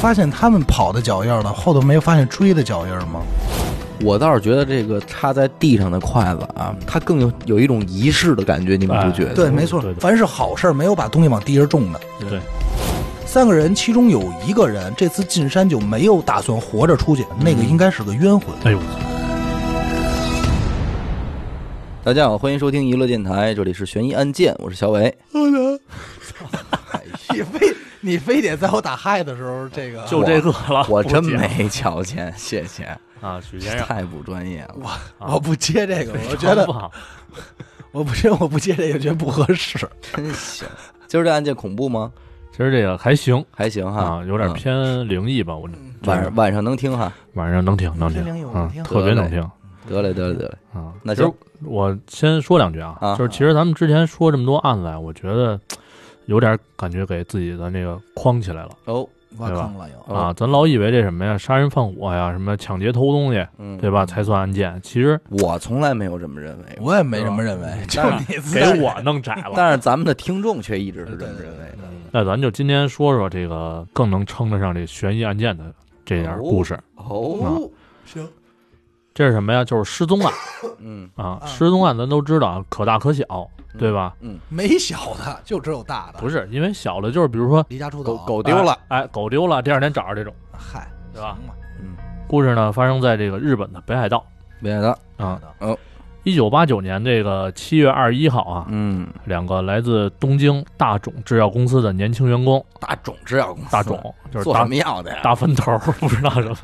发现他们跑的脚印儿了，后头没有发现追的脚印儿吗？我倒是觉得这个插在地上的筷子啊，它更有有一种仪式的感觉，你们不觉得？对，没错对，的凡是好事儿，没有把东西往地上种的。对，三个人其中有一个人这次进山就没有打算活着出去，那个应该是个冤魂。哎呦，大家好，欢迎收听娱乐电台，这里是悬疑案件，我是小 伟。 哎你非你非得在我打嗨的时候，这个就这个了，我不真解没瞧见，谢谢，啊，许先生，太不专业了。 我不接这个，我觉得 不好，我不接我不接这个觉得不合 适。真行。今儿这案件恐怖吗？其实这个还行还行哈，啊，有点嗯偏灵异吧，我晚上晚上能听哈。晚上能听能听听嗯灵异我，能嗯听，特别能听得嘞得嘞得嘞，啊。那其实行我先说两句啊啊，就是其实咱们之前说这么多案子啊，我觉得有点感觉给自己的那个框起来了。哦，挖坑了又，哦啊，咱老以为这什么呀，杀人放火呀，什么抢劫偷东西，嗯，对吧，才算案件。其实我从来没有这么认为过，我也没这么认为，就但你自给己我弄窄了。但是咱们的听众却一直是这么认为的。那咱就今天说说这个更能称得上这悬疑案件的这点故事。嗯哦，行，这是什么呀？就是失踪 案嗯啊！啊失踪案咱都知道啊，可大可小，对吧？嗯，没小的，就只有大的，不是，因为小的就是比如说离家出狗走，狗丢了，哎，哎狗丢了，第二天找着这种。嗨，对吧行吧？嗯，故事呢，发生在这个日本的北海道别的，嗯啊。哦，一九八九年这个七月二十一号啊，嗯，两个来自东京大种制药公司的年轻员工，大种制药公司，大种就是做大什么药的呀？大分 头，不知道什么。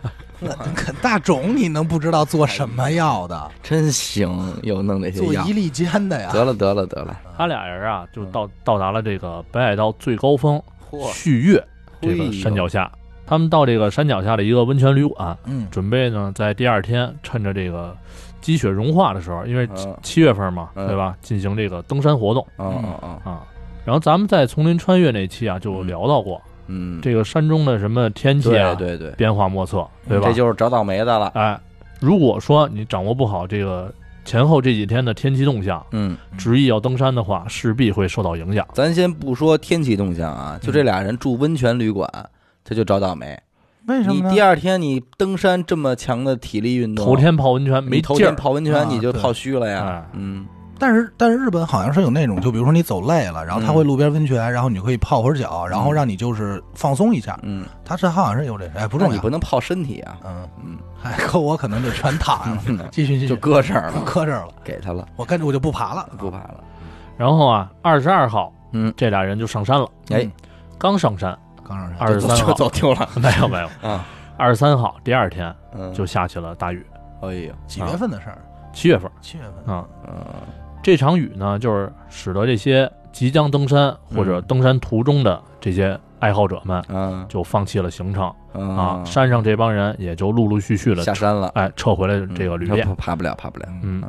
可大种你能不知道做什哎么药的？真行，又弄这些做药一。粒间的呀？哎得了得了得了，他俩人啊，就嗯到到达了这个北海道最高峰嚯，旭月这哎个山脚下。他们到这个山脚下的一个温泉旅馆，嗯，准备呢在第二天趁着这个积雪融化的时候，因为七嗯七月份嘛，嗯对吧？进行这个登山活动哦哦哦，啊。然后咱们在丛林穿越那期啊，就聊到过嗯，这个山中的什么天气啊，对对对，变化莫测，对吧这？就是找倒霉的了。哎，如果说你掌握不好这个前后这几天的天气动向，嗯，执意要登山的话，势必会受到影响。咱先不说天气动向啊，就这俩人住温泉旅馆，他就找倒霉。为你第二天你登山这么强的体力运动，头天泡温泉没你头劲天儿，泡温泉啊你就对泡虚了呀哎。嗯，但是但是日本好像是有那种，就比如说你走累了，然嗯后他会路边温泉，然后你可以泡会儿脚，然后让你就是放松一下。嗯，他是好像是有这，哎，不那重你要不。能泡身体 啊，嗯嗯，哎，可 我可能就全哎躺下了，继续继续， 就搁这儿了，搁这儿了，给他了，我跟着我就不爬了。不怕了。然后啊，二十二号，嗯，这俩人就上山了。哎，刚上山，刚上山， 23就嗯号走丢了 没有没有，啊。二十三号第二天嗯，就下起了大雨，哎呦，几月份的事儿？七月份七月份。啊。嗯这场雨呢，就是使得这些即将登山或者登山途中的这些爱好者们嗯就放弃了行程嗯啊，山上这帮人也就陆陆续续的下山了，哎撤回了这个旅嗯店他。爬不了，爬不了。嗯，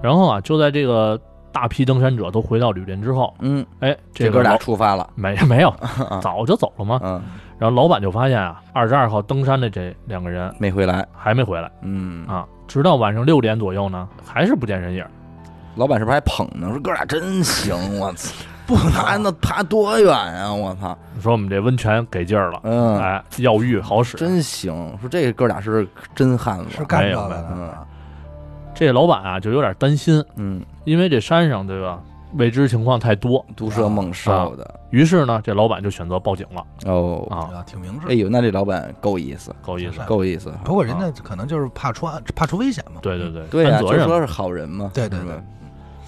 然后啊，就在这个大批登山者都回到旅店之后，嗯，哎，这个哥俩老出发了。没 没有啊早就走了嘛。嗯，然后老板就发现啊，二十二号登山的这两个人没回来。还没回来嗯，啊，直到晚上六点左右呢，还是不见人影。老板是不是还捧呢？说哥俩真行， 我操，不啊爬能，那爬多远啊，我操，说我们这温泉给劲儿了，嗯，哎，药浴好使。真行。说这哥俩是真汉是子，啊干这个没有没有的。啊这老板啊就有点担心，嗯，因为这山上对吧，未知情况太多。毒蛇猛兽的。于是呢，这老板就选择报警了哦，啊，啊，挺明哎啊智。呦，那这老板够意思，够意思。够意思。不过人家可能就是怕出怕出危险嘛。对对对，对呀，担就责任说嘛。是好人嘛。对对对是吧，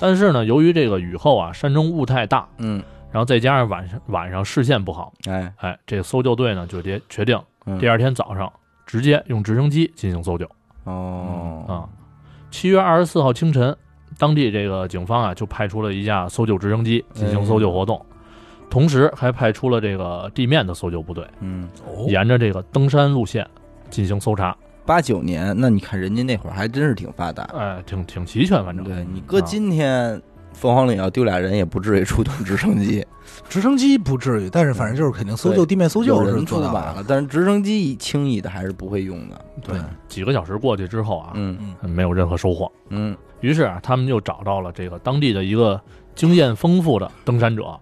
但是呢，由于这个雨后啊，山中雾太大，嗯，然后再加上晚上晚上视线不好，哎，哎，这个搜救队呢就决决定嗯第二天早上直接用直升机进行搜救哦，啊。七月二十四号清晨，当地这个警方啊就派出了一架搜救直升机哎进行搜救活动，同时还派出了这个地面的搜救部队，嗯，哦，沿着这个登山路线进行搜查，八九年，那你看人家那会儿还真是挺发达。哎，挺挺齐全，反正对你搁啊今天，凤凰岭要丢俩人也不至于出动直升 机，直升机不至于，但是嗯反正就是肯定搜救地面搜有救是人做出啊到马的。了，但是直升机轻易的还是不会用的。对，几个小时过去之后啊，嗯没有任何收获。嗯，于是啊，他们就找到了这个当地的一个经验丰富的登山者，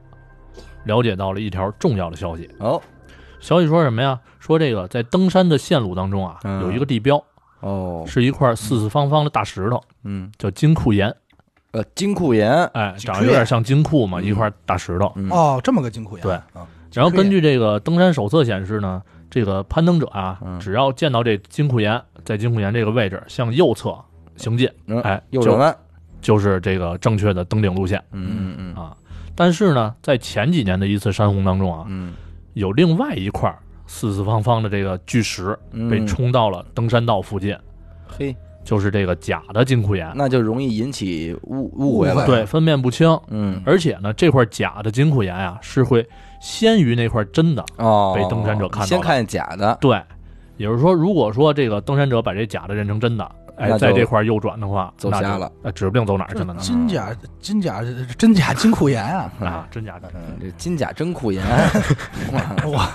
了解到了一条重要的消息：哦，消息说什么呀？说这个在登山的线路当中啊，嗯有一个地标，哦，是一块四四方方的大石头，嗯，叫金库岩。呃，金库岩，哎，金库岩长得有点像金库嘛，嗯一块大石头。嗯，哦，这么个金库眼。 对啊，然后根据这个登山手册显示呢，这个攀登者啊嗯，只要见到这金库岩，在金库岩这个位置向右侧行进，嗯哎，右转就弯，就是这个正确的登顶路线。嗯嗯啊但是呢，在前几年的一次山洪当中啊，嗯有另外一块四四方方的这个巨石嗯，被冲到了登山道附近，嘿，就是这个假的金库岩，那就容易引起误误会误了，会啊对，分辨不清。嗯，而且呢，这块假的金库岩啊，是会先于那块真的。哦，被登山者看到了先看见假的，对，也就是说，如果说这个登山者把这假的认成真的，那哎，就在这块儿右转的话，走那就瞎了，呃指不定走哪儿去这了呢。金甲金甲真假金库眼 啊！啊，真假的，嗯，这金甲真库 岩，我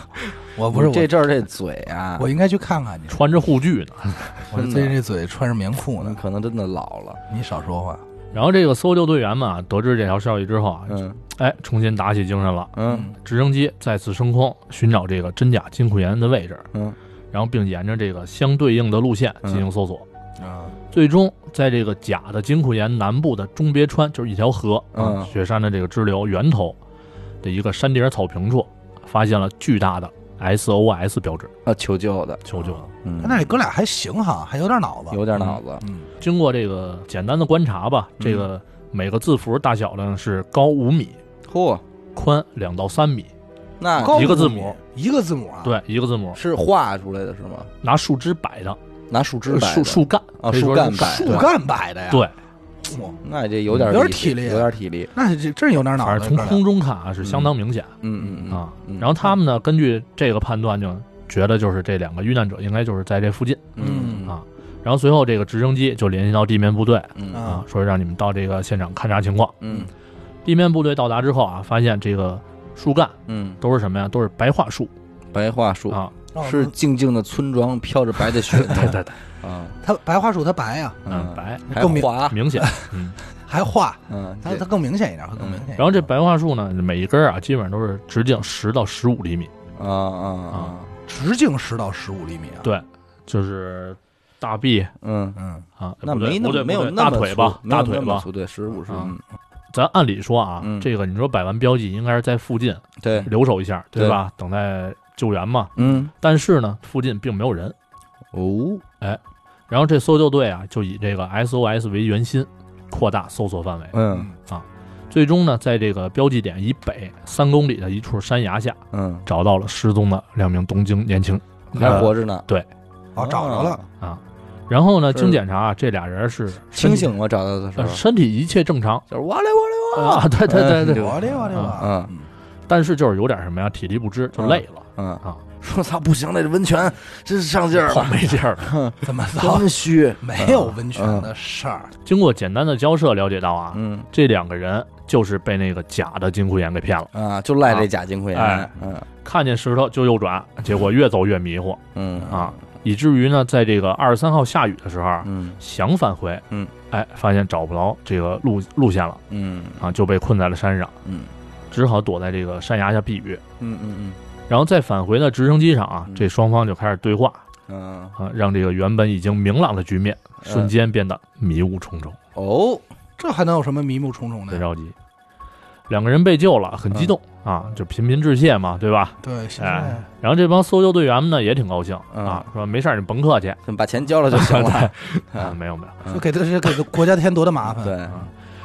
我不是这我，阵儿这嘴 啊，我应该去看看去。穿着护具呢。我真的最近这嘴穿着棉裤你呢，可能真的老了，你少说话。然后这个搜救队员们啊，得知这条消息之后啊，嗯哎，重新打起精神了。嗯直升机再次升空，寻找这个真假金库岩的位置，嗯，然后并沿着这个相对应的路线进行搜索。嗯啊，最终，在这个假的金库岩南部的中别川，就是一条河，啊嗯雪山的这个支流源头的一个山顶草坪处，发现了巨大的 SOS 标志，啊，求救的，求救。嗯，哎那这哥俩还行哈，还有点脑子。有点脑子，嗯，经过这个简单的观察吧，嗯这个每个字符大小呢是高五米，嚯，宽两到三米，那高嗯一个五字米母，一个字母啊。，对，一个字母，是画出来的是吗？拿树枝摆的，呃拿树枝摆的树树干啊，可以树说干是摆树的，干摆的呀。对，哇，那这嗯有点有点体体力啊有点体力，那这真有点脑反子。正从哥俩空中看啊是相当明显嗯嗯啊。嗯然后他们呢，根据这个判断就觉得就是这两个遇难者应该就是在这附近嗯啊。然后随后这个直升机就联系到地面部队嗯啊啊，说让你们到这个现场勘察情况。嗯地面部队到达之后啊，发现这个树干嗯，都是什么呀？都是白桦树白桦树啊。哦是静静的村庄，飘着白的雪对对对，啊，它白桦树，它白呀，嗯，白还更明滑，明显。嗯，哎还画，嗯，它这它更明显一点，它更明显一点。然后这白桦树呢，每一根儿啊，基本上都是直径十到十五厘米，啊啊啊，直径十到十五厘米啊。对就是大臂嗯，嗯，啊，那不对没那不对么没有不对那大么腿粗吧，没有那大腿么吧。粗对，十五十，啊嗯咱按理说啊，嗯这个你说摆完标记应该是在附近对，留守一下，对对吧？等待救援嘛。嗯，但是呢，附近并没有人。哦，然后这搜救队啊，就以这个 SOS 为圆心，扩大搜索范围。嗯最终呢，在这个标记点以北三公里的一处山崖下，嗯，找到了失踪的两名东京年轻还活着呢，哦，找着了，啊。然后呢，是经检查啊，这俩人是清身体醒吗？找到的时呃候，身体一切正常就是哇嘞哇嘞哇，啊，对对对对，嗯我的我的我啊，嗯但是就是有点什么呀，体力不支，就累了嗯，啊，说操不行了，这温泉真是上劲儿 跑了，没劲儿了。怎么着？真虚， 没有温泉的事儿，经过简单的交涉了解到啊，嗯这两个人就是被那个假的金库岩给骗了，啊，就赖这假金盔哎岩，嗯看见石头就右转，结果越走越迷糊嗯啊，以至于呢，在这个二十三号下雨的时候啊嗯想返回，嗯，哎，发现找不着这个路路线了嗯啊，就被困在了山上，嗯只好躲在这个山崖下避雨。嗯嗯然后再返回到直升机上啊嗯，这双方就开始对话嗯嗯，啊，让这个原本已经明朗的局面嗯瞬间变得迷雾重重，哦，这还能有什么迷目重哎重别的？着急。两个人被救了，很激嗯动啊，就频频致谢嘛，对吧？对，现在哎，然后这帮搜救队员们呢也挺高兴嗯啊，说没事儿，你甭客气把钱交了就行 了， 啊，没有没有，嗯就给他这给国家添多大麻啊烦。对，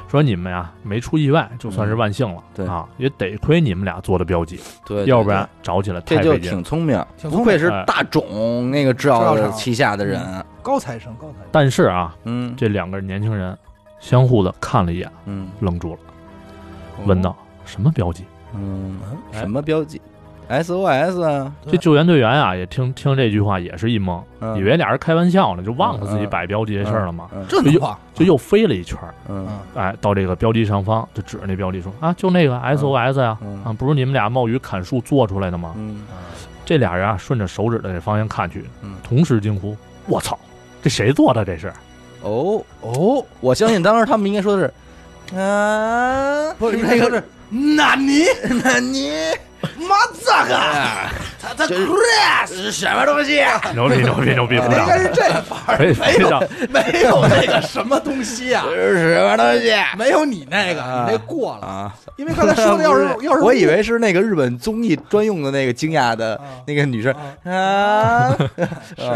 说你们呀没出意外就算是万幸了，嗯对啊，也得亏你们俩做的标记，对，要不然找起来太这就费劲。挺聪明，挺不聪愧明，是大种那个制药的旗下的人，高材生，高材生。但是啊，嗯这两个年轻人相互的看了一眼，嗯，愣住了，哦问道什么标记？嗯嗯，哎什么标记？SOS 啊，对这救援队员啊也听听这句话也是一懵，嗯以为俩人开玩笑呢，就忘了自己嗯摆标记这事儿了嘛，嗯这能忘？就又飞了一圈儿，嗯嗯，哎，到这个标记上方就指着那标记说啊，就那个 SOS 呀、嗯啊，不是你们俩冒雨砍树做出来的吗？嗯这俩人啊，顺着手指的这方向看去，嗯同时惊呼：“我操，这谁做的？这是哦，哦，我相信当时他们应该说的是，啊，嗯不是那 那个 个是纳尼那你哎 马扎嘎，他他 Chris 是什么东西？ 啊牛逼牛逼牛逼，鼓应掌！ 该是这法儿，可以没哎非常有没有那个什么东西啊，是什么东西？ 没有你那个，啊你那过了，啊！因为刚才说的要不 是要是哎我以为是那个日本综艺专用的那个惊讶的啊那个女生啊 啊，是，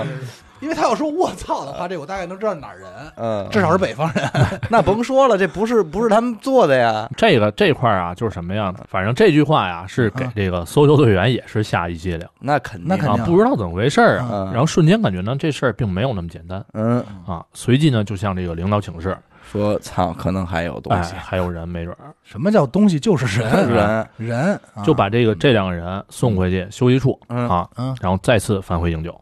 因为他要说我操的话，这我大概能知道哪儿人，嗯，至少是北方人， 那甭说了，这不是不是他们做的呀，这个这块儿啊，就是什么样的？反正这句话呀，是给这个搜救队员也是下一激灵那肯定那肯啊定，不知道怎么回事儿啊。嗯然后瞬间感觉呢，这事儿并没有那么简单嗯，啊。随即呢，就向这个领导请示，说操，可能还有东哎，西，还有人没准儿什么叫东西就是人人，人，啊就把这个这两个人送回去休息处嗯啊，嗯然后再次返回营救。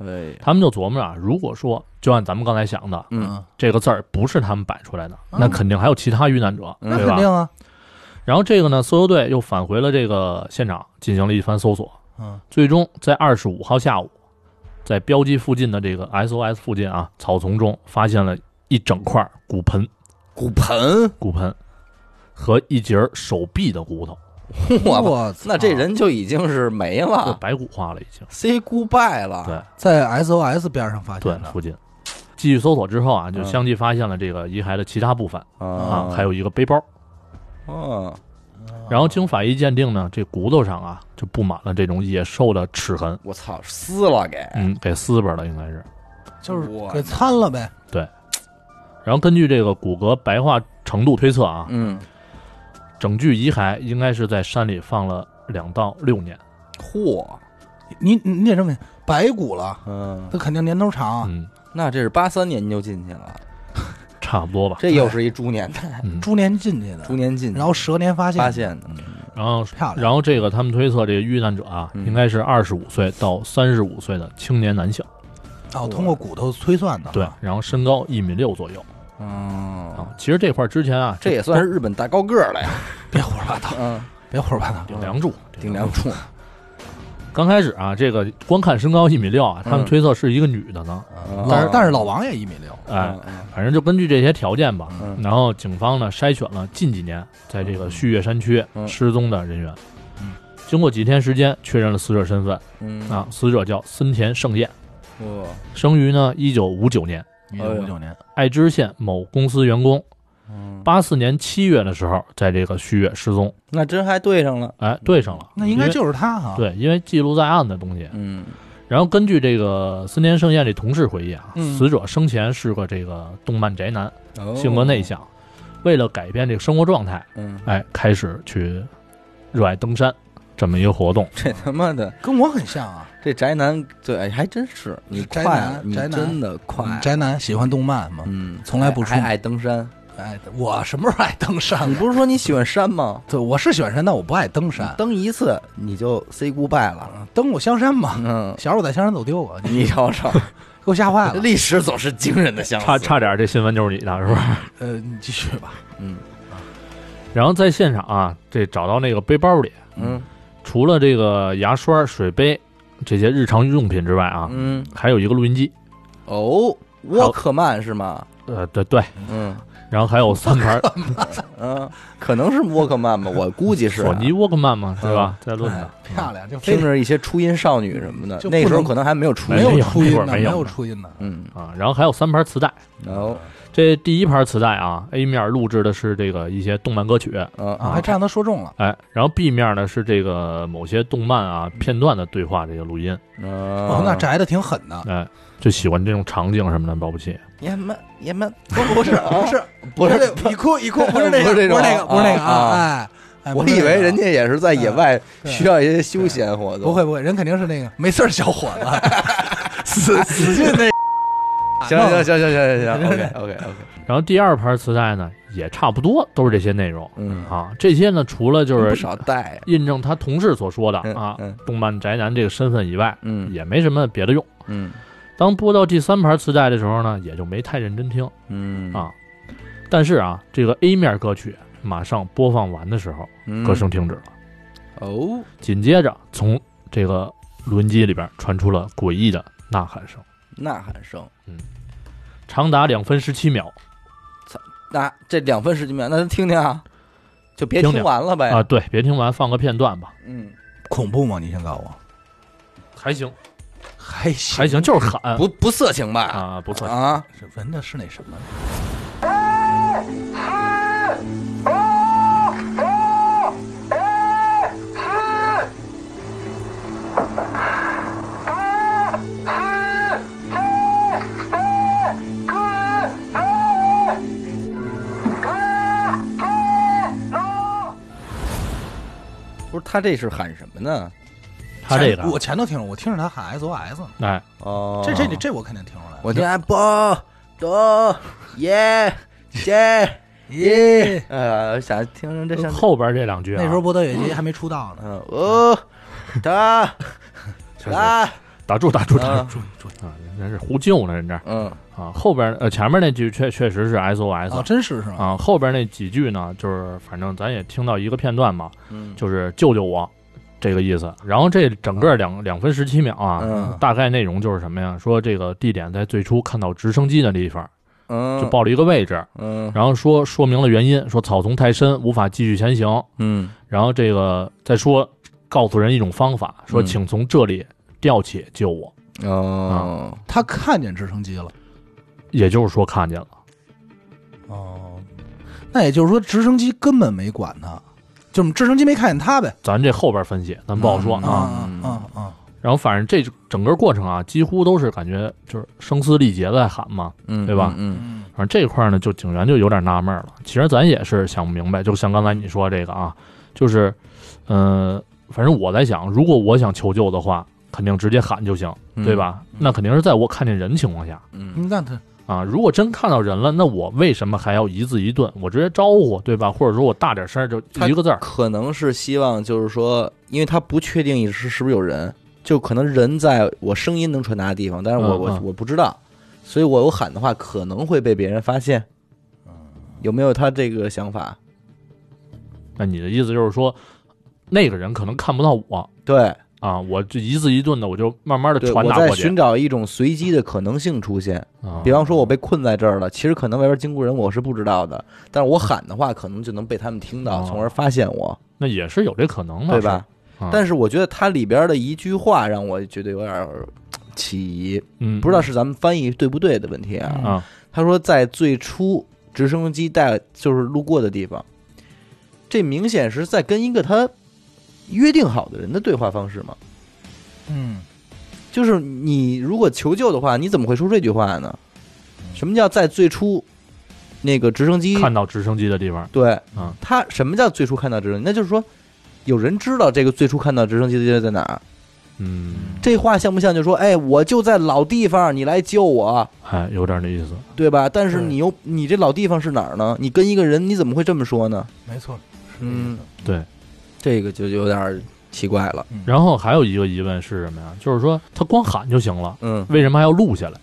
哎，他们就琢磨着啊，如果说就按咱们刚才想的，嗯，这个字儿不是他们摆出来的，嗯那肯定还有其他遇难者，嗯那对肯吧？定啊，然后这个呢，搜救队又返回了这个现场，进行了一番搜索，嗯最终在二十五号下午，在标记附近的这个 SOS 附近啊，草丛中发现了一整块骨盆，骨 盆，骨盆和一截儿手臂的骨头，我我操那这人就已经是没啊就了白骨化了已经。 ，say goodbye 了，对在 SOS 边上发对现，的，附近。继续搜索之后啊，就嗯相继发现了这个遗骸的其他部分啊，啊还有一个背包。嗯，然后经法医鉴定呢，这骨头上啊就布满了这种野兽的齿痕，我操，撕了给，嗯，给撕巴了应该是。就是我给参了呗，然后根据这个骨骼白化程度推测啊，嗯，整具遗骸应该是在山里放了两到六年。嚯，你你你也这么白骨了，嗯，他肯定年头长啊，嗯，那这是八三年就进去了，差不多吧。这又是一猪年代，嗯，猪年进去猪的，年进去，然后蛇年发现发现的，然后漂亮，然后这个他们推测这个遇难者啊，啊嗯应该是二十五岁到三十五岁的青年男性，哦，通过骨头推算啊的，对，然后身高一米六左右嗯，啊。其实这块儿之前啊，这也算是日本大高个儿了呀， 别胡说八道，嗯，别胡说八道，顶梁柱，顶梁。柱，刚开始啊，这个光看身高一米六啊，他嗯们推测是一个女的呢，哦老嗯但是老王也一米六，哎，啊嗯反正就根据这些条件吧，嗯然后警方呢筛选了近几年在这个旭月山区嗯失踪的人员，嗯经过几天时间确认了死者身份嗯啊，，死者叫森田圣彦，我生于呢一九五九年，一九五九年，爱知县某公司员工，嗯，八四年七月的时候在这个旭月失踪，那真还对上了，哎，对上了，那应该因为就是他哈，对，因为记录在案的东西。嗯然后根据这个森田圣彦这同事回忆啊，嗯死者生前是个这个动漫宅男，哦性格内，向，为了改变这个生活状态。嗯，哎，开始去热爱登山这么一个活动。这他妈的，跟我很像啊，这宅男，对，哎还真是你宅快，男你宅男嗯真的快，啊宅男喜欢动漫嘛，嗯，从来不出还门爱登山，哎，我什么时候爱登山你了？不是嗯说你喜欢山吗？对，我是喜欢山，但我不爱登山，登一次你就 say goodbye 了，嗯登过香山嘛，嗯，小时候我在香山走丢过，你你 瞅瞅，给我吓坏了。历史总是惊人的相差差点这新闻就是你的，是 吧？呃，你继续吧，嗯然后在现场啊，这找到那个背包里，嗯除了这个牙刷、水杯这些日常用品之外啊，嗯，还有一个录音机，哦，沃克曼是吗？呃，对对，嗯然后还有三 盘嗯，可能是沃克曼吧，我估计是啊索尼沃克曼嘛，对啊吧？在论哎坛，漂亮，就非嗯听着一些初音少女什么的就，不那能时候可能还没有初没音，有没有初音那会的，儿没没有有呢初音的，嗯，哦啊，然后还有三盘磁带。然后这第一盘磁带啊，A 面录制的是这个一些动漫歌曲，啊，啊还真让他说中了。哎，然后 B 面呢是这个某些动漫啊片段的对话这个录音，哦哦，那宅的挺狠 的，哎，就喜欢这种场景什么的，保不齐。爷们爷们，不是不是 不是这，一哭一哭不是那 不个是这种不是那个不是那个啊哎哎，我不是以那个为人家也是在野外对需要一些休闲活动，嗯不会不会，人肯定是那个没事儿小伙子， 死死劲那行行行行 行行行，OK OK OK，然后第二盘磁带呢，也差不多都是这些内容嗯，啊。这些呢，除了就不是少带，印证他同事所说的嗯啊嗯，动漫宅男这个身份以外，嗯也没什么别的用。嗯当播到第三盘磁带的时候呢，也就没太认真听嗯啊。但是啊，这个 A 面歌曲马上播放完的时候，歌声停止了，嗯哦，紧接着从这个录音机里边传出了诡异的呐喊声，呐喊声。长达两分十七秒那这两分十几秒，那咱听听啊，就别听听啊完了呗。啊。对，别听完，放个片段吧。嗯，恐怖吗？你先告诉我，还行，还行还行，就是喊不不色情吧？啊，不错，啊，是闻着是那什么，不是他这是喊什么呢？他这个前我前头听着，我听着他喊 SOS 呢，哎，哦，这这这这我肯定听出来了。我听啊不得耶耶，耶，呃，想听听这像后边这两句啊那时候波德野结衣还没出道呢，嗯哦他确实 他打住打住打住啊注意注意啊，人家是呼救呢，人这儿嗯啊，后边呃前面那句确确实是哦， SOS 真是是吗？啊，后边那几句呢，就是反正咱也听到一个片段嘛，嗯就是救救我这个意思。然后这整个两两分十七秒啊，嗯大概内容就是什么呀？说这个地点在最初看到直升机的地方，嗯就报了一个位置，嗯然后说说明了原因，说草丛太深无法继续前行，嗯然后这个再说告诉人一种方法，说嗯请从这里吊起救我，哦他看见直升机了。也就是说看见了。哦，那也就是说直升机根本没管他，就是直升机没看见他呗。咱这后边分析，咱不好说嗯啊。啊啊啊！然后反正这整个过程啊，几乎都是感觉就是声嘶力竭地在喊嘛。嗯对吧嗯嗯反正这块儿呢，就警员就有点纳闷了。其实咱也是想不明白，就像刚才你说这个啊，就是，呃，反正我在想，如果我想求救的话，肯定直接喊就行，嗯对吧？嗯那肯定是在我看见人情况下嗯你看他，啊。如果真看到人了，那我为什么还要一字一顿？我直接招呼，对吧？或者说我大点声儿，就他一个字儿，可能是希望就是说，因为他不确定是是不是有人，就可能人在我声音能传达的地方，但是我嗯我嗯我不知道，所以我有喊的话可能会被别人发现。有没有他这个想法？那你的意思就是说，那个人可能看不到我对，啊，我这一字一顿的，我就慢慢的对传我达在过去寻。找一种随机的可能性出现。啊比方说，我被困在这儿了，其实可能外边经过人我是不知道的，但是我喊的话，可能就能被他们听到，哦从而发现我，那也是有这可能的，对吧？是？啊但是我觉得它里边的一句话让我觉得有点儿嘖起疑，嗯，不知道是咱们翻译对不对的问题啊。啊，他说在最初直升机带就是路过的地方，这明显是在跟一个他约定好的人的对话方式嘛。嗯，就是你如果求救的话，你怎么会说这句话呢？什么叫在最初那个直升机？看到直升机的地方，对，嗯他什么叫最初看到直升机？那就是说有人知道这个最初看到直升机的地方在哪儿。嗯，这话像不像就说，哎，我就在老地方，你来救我，哎，有点那意思。对吧？但是对你又你这老地方是哪儿呢？你跟一个人你怎么会这么说呢？没错，是这意嗯思。，对。这个就有点儿奇怪了。然后还有一个疑问是什么呀？就是说他光喊就行了，嗯，为什么还要录下来？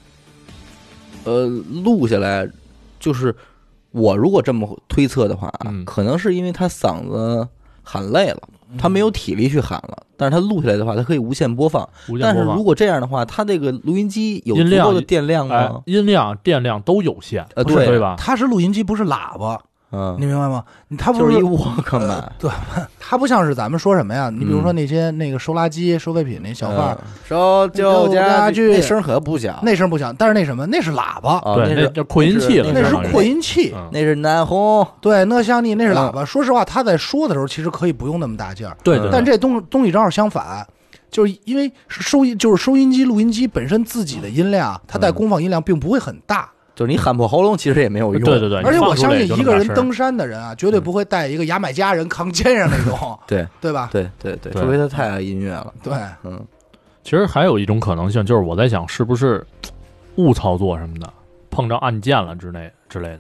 呃，录下来就是我如果这么推测的话啊，嗯可能是因为他嗓子喊累了，他嗯没有体力去喊了。但是他录下来的话，他可以无限播放。无但线是播如放，果这样的话，他这个录音机有音足量够的电量哎吗，？音量、电量都有限，呃，不是对对，吧？他是录音机，不是喇叭，哎嗯你，明白吗？你他就不是一是。 Walkman，、呃 对，他不像是咱们说什么呀？你比如说那些那个收垃圾、收废品那小贩儿，嗯收旧家具，那那声可不小，那声不响，但是那什么，那是喇叭，啊对，那那是叫扩音器了，那是相当于扩，音器。嗯那是南红，对，那像你那是喇叭。嗯说实话，他在说的时候，其实可以不用那么大劲儿，对对，但这东东西正好相反，就是因为收音就是收音机、录音机本身自己的音量，它嗯带功放音量并不会很大。就是你喊破喉咙其实也没有对用，对对，而且你我放出来相信也就一那个么人大声登山的人啊，绝对不会带一个牙买加人扛肩上那种，嗯 对 对吧？对对对，对除非他太爱音乐了，对，嗯其实还有一种可能性，就是我在想是不是误操作什么的，碰着按键了之类之类的。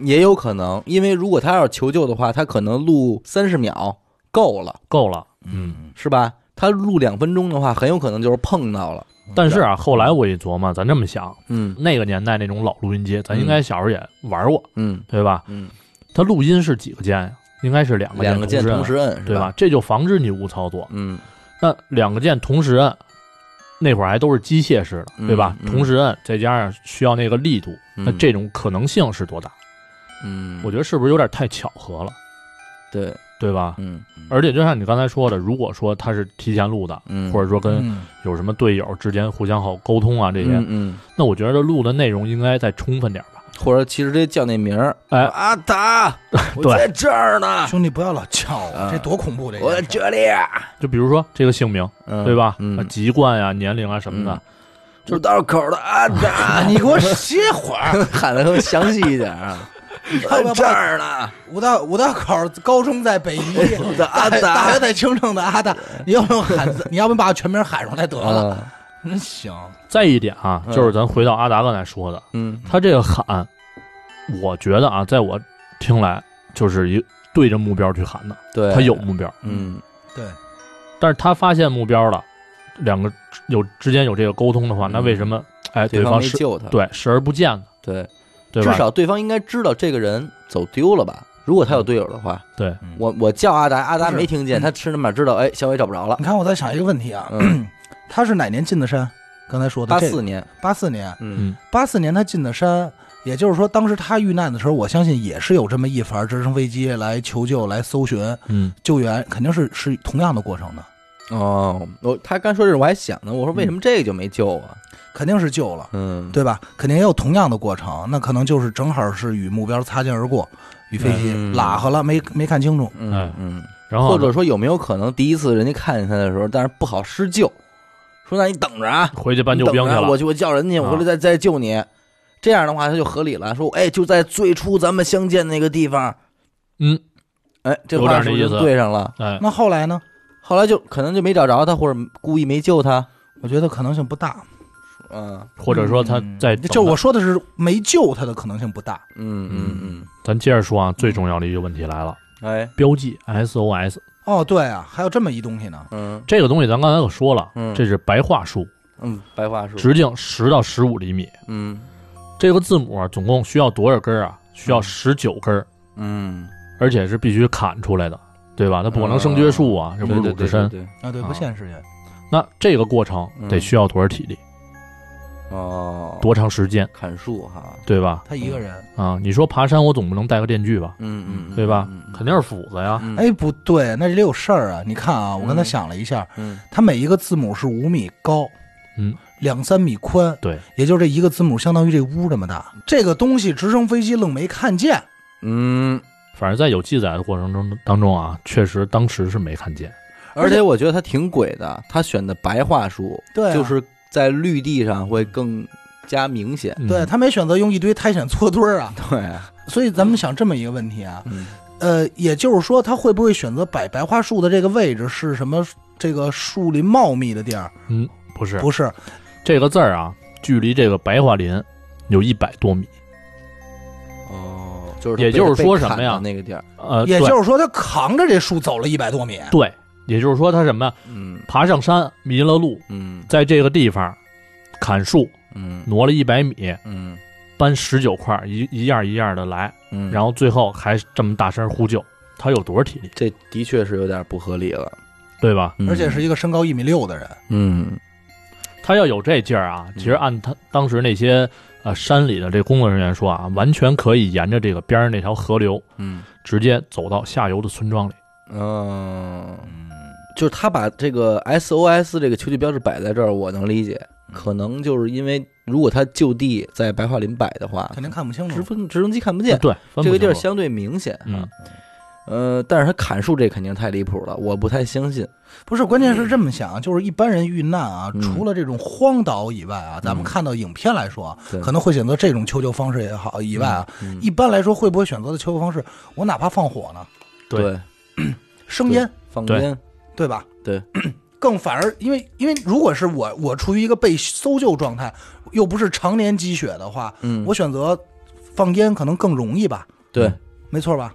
也有可能，因为如果他要是求救的话，他可能录三十秒够了，够了，嗯。是吧？他录两分钟的话，很有可能就是碰到了，但是啊，后来我一琢磨，咱这么想，嗯那个年代那种老录音机，咱应该小时候也玩过，嗯对吧？嗯，它录音是几个键呀？应该是两个两个键同同时时摁，摁，是对吧？？这就防止你误操作。嗯那两个键同时摁，那会儿还都是机械式的，嗯对吧？嗯同时摁，再加上需要那个力度，嗯那这种可能性是多大？嗯，我觉得是不是有点太巧合了？对，对吧？嗯而且就像你刚才说的，如果说他是提前录的，嗯，或者说跟嗯有什么队友之间互相好沟通啊这些，嗯嗯，那我觉得录的内容应该再充分点吧。或者其实这叫那名儿，哎阿达，我对在这儿呢，嗯兄弟不要老叫我啊，这多恐怖这我在个。这里，就比如说这个姓名，嗯对吧？啊嗯，籍贯呀、年龄啊什么的，五道口的阿达，你给我歇会儿！ 喊的更详细一点啊， 要不要在这儿呢，五道五道口高中在北一，我的阿大 大达学，在清城的阿达，你要不要喊字？你要不把我全名喊出来得了？啊 真行，再一点啊，就是咱回到阿达刚才说的，嗯他这个喊，我觉得啊，在我听来就是一对着目标去喊的，对，他有目标，嗯对，但是他发现目标了，两个有之间有这个沟通的话，嗯那为什么哎对对方方没视救他，对视而不见呢？对，对至吧？少对方应该知道这个人走丢了吧？如果他有队友的话，对，嗯我我叫阿达，阿达不是没听见，嗯他吃他妈知道，哎，小伟找不着了你。看我在想一个问题啊，嗯他是哪年进的山？刚才说的八这个四年，八四年，嗯八四年他进的山，也就是说，当时他遇难的时候，我相信也是有这么一盘直升飞机来求救、来搜寻嗯，救援，肯定是是同样的过程的，哦，我他刚说这，我还想呢，我说为什么这个就没救啊？肯定是救了，嗯，对吧？肯定也有同样的过程，那可能就是正好是与目标擦肩而过，与飞机嗯拉和了，没没看清楚。嗯哎嗯，然后或呢者说有没有可能第一次人家看见他的时候，但是不好施救，说那你等着啊，回去搬你救等兵去着啊了我，去我叫人去，我啊回来再再救你。这样的话他就合理了，说哎就在最初咱们相见那个地方，嗯，哎这有话点是那不是意思就对上了？哎，那后来呢？后来就可能就没找着他，或者故意没救他，我觉得可能性不大，嗯或者说他嗯在就我说的是没救他的可能性不大。嗯嗯咱接着说啊，最重要的一个问题来了，嗯，哎标记 SOS 哦，对啊，还有这么一东西呢。嗯这个东西，咱刚才可说了，嗯这是白桦树，嗯，白桦树，直径十到十五厘米，嗯这个字母啊总共需要多少根儿啊？需要嗯十九根儿，嗯，而且是必须砍出来的，对吧？它不可能生撅树啊，这不是对鲁对智对深。对，啊，对，啊不现实也。那这个过程嗯得需要多少体力，哦，多长时间，砍树哈，对吧？他一个人，啊，你说爬山，我总不能带个电锯吧？嗯嗯，对吧嗯？肯定是斧子呀。嗯哎，不对，那里有事儿啊！你看啊，我刚才嗯想了一下，嗯它每一个字母是五米高，嗯，两三米宽，对，也就是这一个字母相当于这屋这么大。这个东西直升飞机愣没看见，嗯，反正在有记载的过程中当中啊，确实当时是没看见。而且我觉得他挺鬼的，他选的白桦树，对啊就是在绿地上会更加明 显。嗯对，他没选择用一堆苔藓搓堆儿啊。对，所以咱们想这么一个问题啊，嗯呃，也就是说，他会不会选择摆白桦树的这个位置是什么？这个树林茂密的地儿不是不是？这个字儿啊，距离这个白桦林有一百多米。哦，就是他也就是被说被什么砍呀的那个地儿，呃，也对就是说，他扛着这树走了一百多米。对，也就是说他什么呀？嗯爬上山迷了路，嗯在这个地方砍树嗯挪了一百米，嗯搬十九块，一一样一样的来，嗯，然后最后还这么大声呼救，他有多少体力，这的确是有点不合理了，对吧？嗯而且是一个身高一米六的人，嗯他要有这劲儿啊，嗯其实按他当时那些呃山里的这工作人员说啊，完全可以沿着这个边上那条河流，嗯直接走到下游的村庄里。嗯，就是他把这个 SOS 这个求救标志摆在这儿，我能理解，嗯可能就是因为如果他就地在白桦林摆的话，肯定看不清直楚。升直升机看不见，啊对，分不这个地儿清楚相对明显啊。嗯呃，但是他砍树这肯定太离谱了，我不太相信。不是，关键是这么想，就是一般人遇难啊，嗯除了这种荒岛以外啊，咱们看到影片来说，啊对可能会选择这种求救方式也好，以外啊，嗯一般来说会不会选择的求救方式，我哪怕放火呢，对对，生烟，放对烟，对吧？对， 更反而因为因为如果是我我处于一个被搜救状态，又不是常年积雪的话，嗯，我选择放烟可能更容易吧，对。嗯没错吧？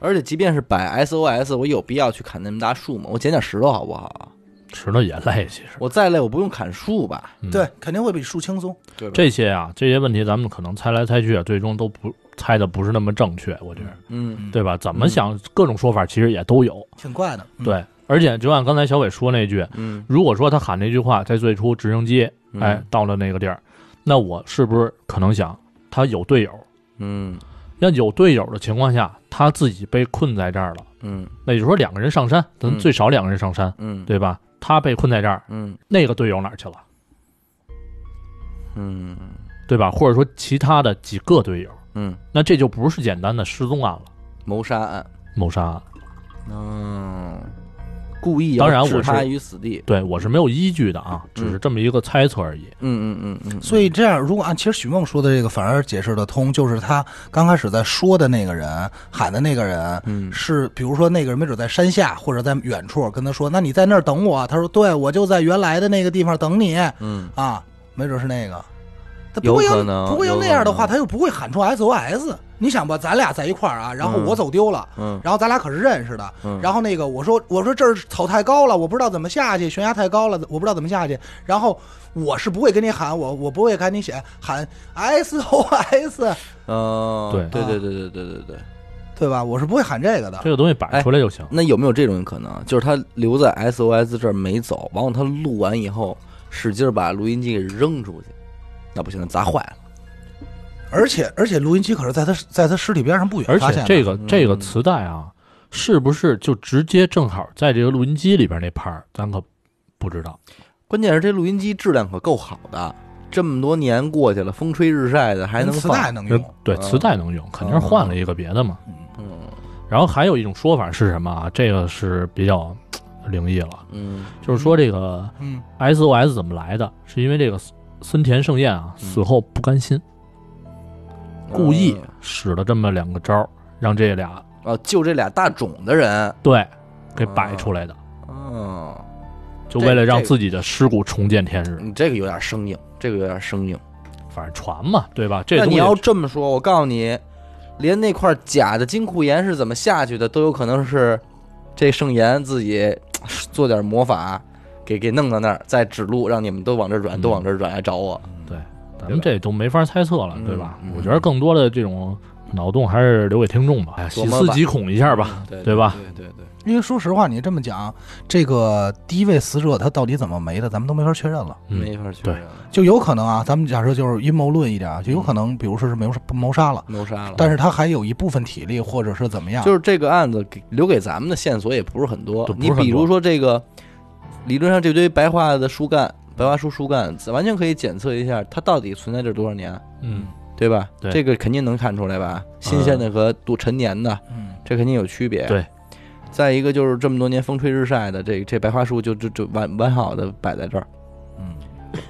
而且即便是摆 SOS，我有必要去砍那么大树吗？我捡点石头好不好啊？石头也累，其实我再累，我不用砍树吧？嗯对，肯定会比树轻松。对这些啊，这些问题咱们可能猜来猜去啊，最终都不猜的不是那么正确，我觉得，嗯对吧？怎么想，各种说法其实也都有。挺怪的。嗯，对，而且就按刚才小伟说那句，嗯，如果说他喊那句话在最初直升机，嗯哎，，到了那个地儿，那我是不是可能想他有队友？嗯那有队友的情况下，他自己被困在这儿了，嗯那也就是说两个人上山，咱嗯最少两个人上山，嗯，，对吧？他被困在这儿，嗯那个队友哪儿去了，嗯对吧？或者说其他的几个队友，嗯，那这就不是简单的失踪案了，谋杀案，谋杀案。嗯，故意要当然置我是他于死地，对我是没有依据的啊，只是这么一个猜测而已。嗯嗯嗯嗯，所以这样，如果按其实许梦说的这个，反而解释得通，就是他刚开始在说的那个人喊的那个人。嗯是，比如说那个人没准在山下或者在远处跟他说：“那你在那儿等我。”他说：“对，我就在原来的那个地方等你嗯，啊。”没准是那个，他有不会要可能不会要有那样的可话，能他又不会喊出 SOS。你想吧，咱俩在一块儿啊，然后嗯我走丢了，嗯然后咱俩可是认识的，嗯，然后那个我说我说这儿草太高了，我不知道怎么下去，悬崖太高了，我不知道怎么下去。然后我是不会跟你喊，我我不会跟你写喊 S O S， 呃，对对对对对对对对，对吧？我是不会喊这个的。这个东西摆出来就行。那有没有这种可能，啊就是他留在 SOS 这儿没走，完了他录完以后，使劲儿把录音机给扔出去，那不行，砸坏了，而且而且录音机可是在他在他尸体边上不远而发现且的，这个嗯这个磁带啊，是不是就直接正好在这个录音机里边那盘儿，咱可不知道。关键是这录音机质量可够好的，这么多年过去了，风吹日晒的还能磁放，带能用，对，嗯磁带能用，肯定是换了一个别的嘛。嗯然后还有一种说法是什么啊？这个是比较嘖灵异了，嗯就是说这个嗯， SOS 怎么来的，是因为这个森森田圣彦啊嗯死后不甘心，故意嗯使了这么两个招儿，让这俩啊，就这俩大种的人，对给摆出来的，嗯，就为了让这自己的尸骨重见天日，你这个有点生硬，这个有点生硬。反正传嘛，对吧？这那东你西要这么说，我告诉你，连那块假的金库岩是怎么下去的，都有可能是这圣岩自己做点魔法，给给弄到那儿，再指路，让你们都往这儿转，嗯都往这儿转来找我。咱们这都没法猜测了，嗯对吧嗯？我觉得更多的这种脑洞还是留给听众吧，哎呀细琢磨思吧极恐一下吧，嗯对对吧？对对对，因为说实话，你这么讲，这个第一位死者他到底怎么没的，咱们都没法确认了。嗯没法确对认了，就有可能啊，咱们假设就是阴谋论一点啊，就有可能，比如说是谋杀谋杀了，谋杀了。但是他还有一部分体力或者是怎么样，就是这个案子给留给咱们的线索也不是很多啊对。不你是很多比如说这个，理论上这堆白桦的树干，白桦树树干，完全可以检测一下它到底存在这多少年，嗯，对吧？对嗯这个肯定能看出来吧？新鲜的和多陈年的，嗯。这肯定有区别。对。再一个就是这么多年风吹日晒的，这这白桦树就就就完完好的摆在这儿。嗯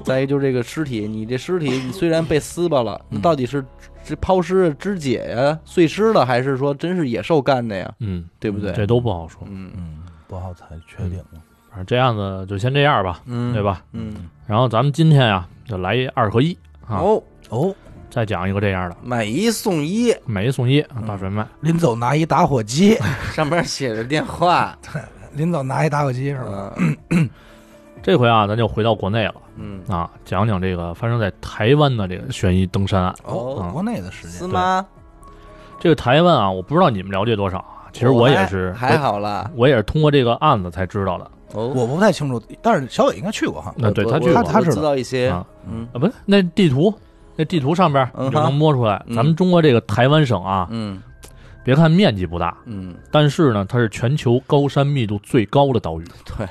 再一个就是这个尸体，你这尸体你虽然被撕巴嗯了，那到底是这抛尸肢解呀、碎尸了，还是说真是野兽干的呀？嗯，对不对？这都不好说，嗯嗯，不好才确定了。反正这样子就先这样吧，嗯，对？吧？嗯，然后咱们今天呀，就来一二合一啊，哦，哦，再讲一个这样的，买一送一，买一送一，啊大嗯甩卖。临走拿一打火机， 上面写着电话，临走拿一打火机是吧？嗯这回啊，咱就回到国内了嗯，啊，讲讲这个发生在台湾的这个悬疑登山案。哦，哦国内的时司间，妈，这个台湾啊，我不知道你们了解多少啊，其实我我也是，还还好啦。我也是通过这个案子才知道的。哦，我不太清楚，但是小伟应该去过哈。呃那对我他我去我过他知道知道一些啊，嗯啊，不是那地图，那地图上边儿嗯你就能哈摸出来。嗯咱们中国这个台湾省啊，嗯别看面积不大，嗯，但是呢，它是全球高山密度最高的岛屿。对，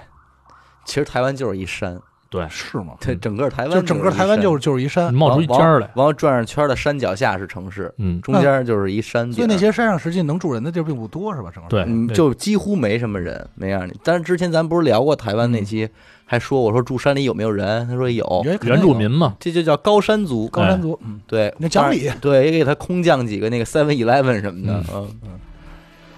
其实台湾就是一山，对，是吗？对，整个台湾就整个台湾就是就是一嗯山，冒出一尖儿来。完了转着圈儿的山脚下是城市，嗯，中间就是一山所顶以，那些山上实际能住人的地儿并不多，是吧？整个对嗯，，就几乎没什么人，没让你。但是之前咱不是聊过台湾那期，还说我说住山里有没有人，他说有，原原住民嘛，这就叫高山族，高山族，嗯，对，那讲理当然对，也给他空降几个那个 Seven Eleven 什么的，嗯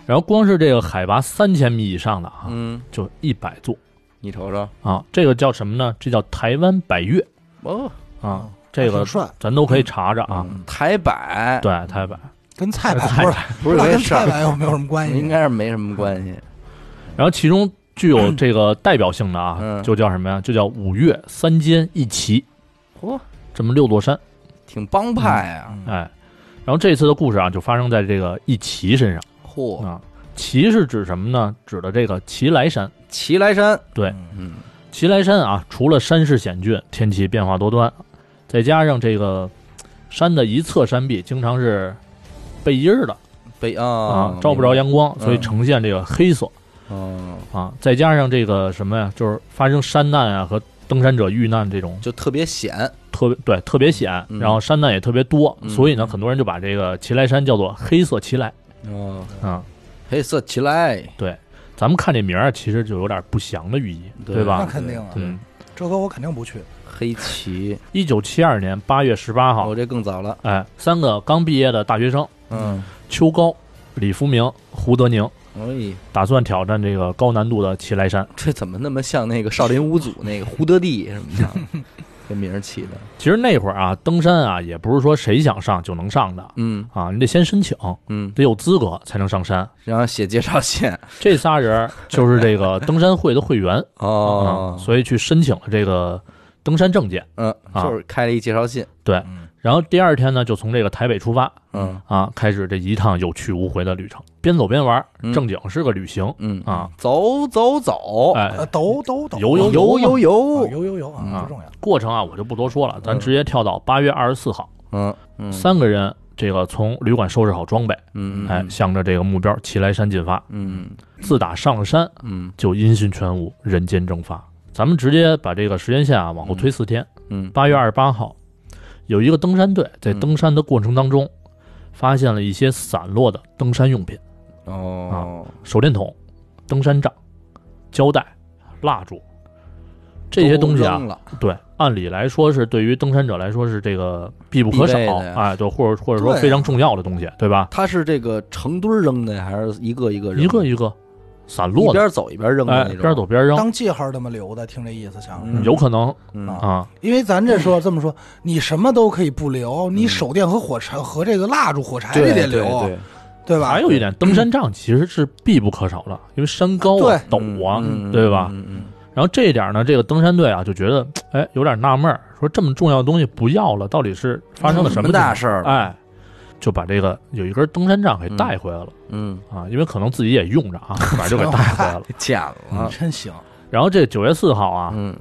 然后光是这个海拔三千米以上的啊，嗯，就一百座你瞅瞅，啊，这个叫什么呢？这叫台湾百越哦，啊，这挺个帅，咱都可以查查啊。嗯台北对，台北。跟菜板不是不不知是有道些跟事菜儿，板有没有什么关系？ 应该是没什么关系，然后其中具有这个代表性的啊，嗯就叫什么呀？就叫五岳三尖一旗，嚯，这么六座山。挺帮派啊，嗯哎，然后这次的故事啊，就发生在这个一齐身上嚯，啊。齐是指什么呢？指的这个齐来山。奇来山，对嗯嗯齐来山啊，除了山势险峻，天气变化多端，再加上这个山的一侧山壁经常是背阴儿的，北啊啊，照不着，阳光，所以嗯呈现这个黑色嗯，啊，再加上这个什么呀，就是发生山难啊和登山者遇难这种就特别显，特别对特别险，嗯然后山难也特别多，嗯所以呢，很多人就把这个奇莱山叫做黑色奇莱嗯，啊。黑色起来，咱们看这名儿，啊其实就有点不祥的寓意，对对那吧？肯定啊， 对哎嗯，这个我肯定不去。黑旗，一九七二年八月十八号我，这更早了，哎，三个刚毕业的大学生嗯，秋高、李福明、胡德宁哎，打算挑战这个高难度的奇莱山。这怎么那么像那个少林五祖那个胡德帝什么的，这名儿起的，其实那会儿啊，登山啊，也不是说谁想上就能上的嗯啊，你得先申请，嗯，得有资格才能上山。然后写介绍信，这仨人儿 就是这个登山会的会员啊、 哦，所以去申请了这个登山证件。嗯，就是开了一介绍信，嗯然后第二天呢，就从这个台北出发嗯啊，开始这一趟有去无回的旅程，边走边玩儿嗯，哦正经是个旅行。嗯啊，走走走，哎，呃，抖抖抖，游游游游啊游，游游游啊，啊不重要。过程啊，我就不多说了，咱嗯直接跳到八月二十四号，嗯嗯三个人这个从旅馆收拾好装备，嗯哎，向着这个目标奇莱山进发。嗯自打上了山，嗯就音讯全无，人间蒸发。咱们直接把这个时间线啊往后推四天，嗯，八月二十八号，有一个登山队在登山的过程当中，发现了一些散落的登山用品，哦，手电筒、登山杖、胶带、蜡烛，这些东西啊都扔，了对，按理来说是对于登山者来说是这个必不可少必备的呀哎，对，或者或者说对啊非常重要的东西，对吧？他是这个成堆儿扔的呀，还是一个一个扔一个一个散一落的，边走一边扔的哎那，种？边走边扔，当记号这么留的，听这意思像嗯是。有可能嗯啊，因为咱这说这么说，你什么都可以不留，你嗯手电和火柴和这个蜡烛、火柴对这得对留，啊对，对吧？还有一点，登山杖其实是必不可少的，因为山高对啊、陡啊，嗯对吧？嗯嗯然后这一点呢，这个登山队啊就觉得，哎，有点纳闷儿，说这么重要的东西不要了，到底是发生了什什么大情事儿况？？哎，就把这个有一根登山杖给带回来了、嗯，啊，因为可能自己也用着啊，反正就给带回来了。 捡啊了，嗯真行，然后这九月四号啊，嗯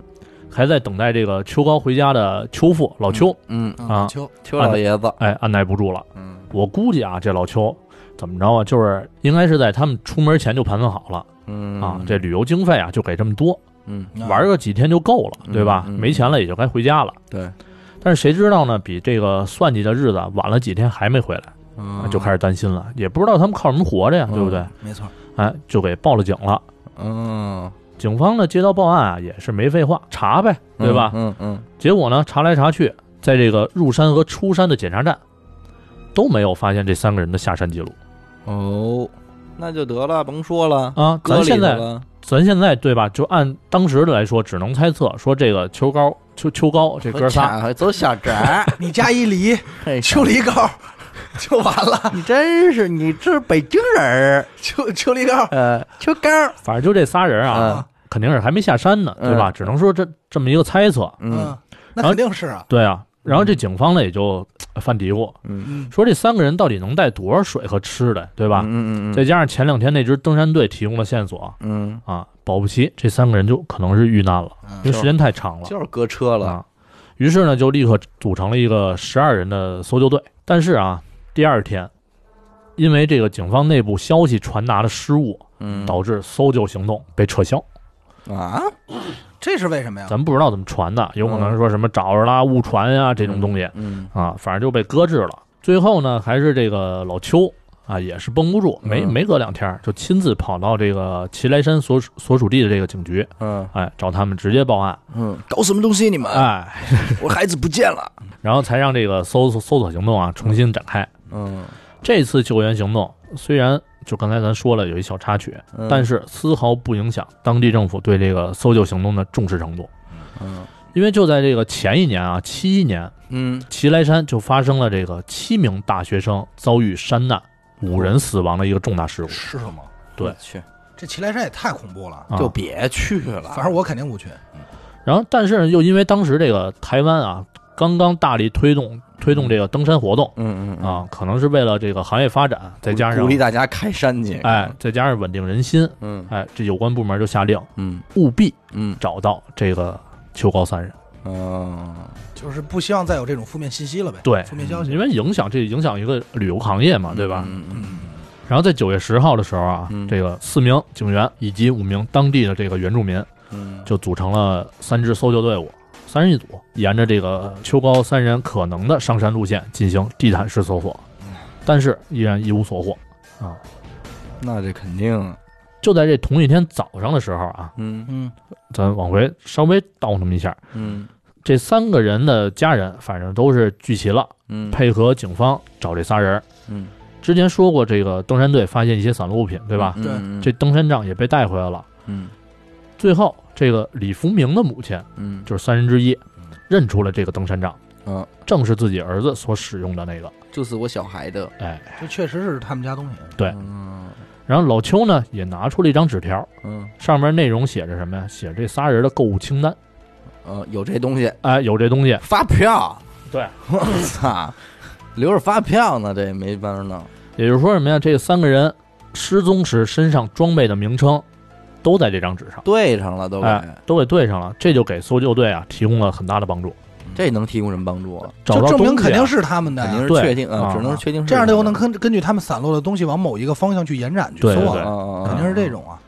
还在等待这个秋高回家的秋父老秋，嗯，嗯啊秋邱老爷子，哎，按耐不住了。嗯我估计啊，这老邱怎么着啊，就是应该是在他们出门前就盘算好了嗯啊，这旅游经费啊就给这么多，嗯玩个几天就够了，对吧？嗯嗯没钱了也就该回家了。对，但是谁知道呢？比这个算计的日子啊晚了几天还没回来，嗯啊就开始担心了，也不知道他们靠什么活着呀，嗯对不对？没错，哎，就给报了警了。嗯，警方呢接到报案啊，也是没废话，查呗，对吧？嗯嗯，结果呢，查来查去，在这个入山和出山的检查站都没有发现这三个人的下山记录哦，那就得了，甭说了，啊。搁咱里头现在，了咱现在对吧？就按当时的来说，只能猜测说这个秋高、秋秋高这哥我仨，抢还走小 宅，你加一梨，嘿秋梨膏 就完了，你真是你这是北京人儿， 秋秋梨膏，呃，秋膏，反正就这仨人啊，嗯肯定是还没下山呢，对吧？嗯只能说这这么一个猜测。嗯，那肯定是啊，对啊，然后这警方呢也就呃犯嘀咕，嗯嗯，说这三个人到底能带多少水和吃的，对吧？嗯嗯再加上前两天那支登山队提供的线索嗯，啊，保不齐这三个人就可能是遇难了，因为时间太长了就是搁车了，啊。于是呢，就立刻组成了一个十二人的搜救队。但是啊，第二天，因为这个警方内部消息传达的失误，嗯，导致搜救行动被撤销。啊，这是为什么呀？咱不知道怎么传的，有可能说什么找着啦、误传呀、这种东西。嗯啊，反正就被搁置了。最后呢，还是这个老邱啊，也是绷不住，没嗯没隔两天儿就亲自跑到这个祁来山所属所属地的这个警局，嗯哎，找他们直接报案，嗯，搞什么东西你们？哎，我孩子不见了， 然后才让这个搜索搜索行动啊重新展开。嗯，这次救援行动虽然就刚才咱说了有一小插曲，嗯但是丝毫不影响当地政府对这个搜救行动的重视程度。嗯因为就在这个前一年啊，七一年，嗯，祁来山就发生了这个七名大学生遭遇山难，五人死亡的一个重大事故。是吗？对去这祁来山也太恐怖了，啊就别去了，反正我肯定不去。然后，但是呢又因为当时这个台湾啊，刚刚大力推动推动这个登山活动嗯嗯，啊，可能是为了这个行业发展，再加上鼓励大家开山去，哎，，再加上稳定人心，嗯哎，这有关部门就下令嗯务必嗯找到这个秋高三人，嗯，就是不希望再有这种负面信息了呗。对负面消息因。为影响这影响一个旅游行业嘛，对吧？嗯嗯，然后在九月十号的时候啊，嗯这个四名警员以及五名当地的这个原住民嗯就组成了三支搜救队伍，三人一组，沿着这个秋高三人可能的上山路线进行地毯式搜索，嗯但是依然一无所获啊。那这肯定啊，就在这同一天早上的时候啊，嗯嗯咱往回稍微倒那么一下，嗯这三个人的家人反正都是聚齐了，嗯，配合警方找这仨人。嗯之前说过，这个登山队发现一些散落物品，对吧？嗯对嗯这登山杖也被带回来了。嗯最后，这个李福明的母亲嗯就是三人之一，认出了这个登山杖，啊，正是自己儿子所使用的那个。就是我小孩的，哎，这确实是他们家东西。对嗯然后老邱呢也拿出了一张纸条，嗯上面内容写着什么呀？写着这仨人的购物清单。呃，有这东西，哎，有这东西。发票，对，我操，留着发票呢，这也没办法弄，也就是说什么呀？这三个人失踪时身上装备的名称都在这张纸上，对上了都给哎，，都给对上了，这就给搜救队啊提供了很大的帮助。这能提供什么帮助啊？找到就证东明西肯啊定是他们的肯呀定。是对确定啊，啊只能是确定是这样的我我能根根据他们散落的东西往某一个方向去延展去对搜对啊，啊肯定是这种啊。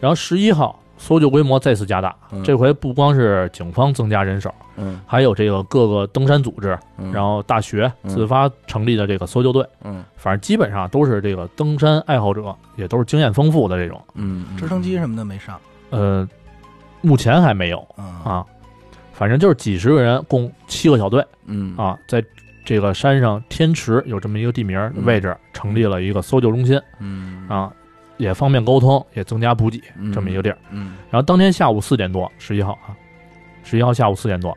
然后十一号搜救规模再次加大，嗯这回不光是警方增加人手，嗯还有这个各个登山组织，嗯，然后大学嗯自发成立的这个搜救队，嗯反正基本上都是这个登山爱好者，也都是经验丰富的这种。嗯，直升机什么的没上，呃，目前还没有嗯，啊，反正就是几十个人，共七个小队嗯啊，在这个山上天池有这么一个地名儿嗯位置，成立了一个搜救中心嗯啊，也方便沟通，也增加补给这么一个地儿。嗯然后当天下午四点多，十一号啊，十一号下午四点多，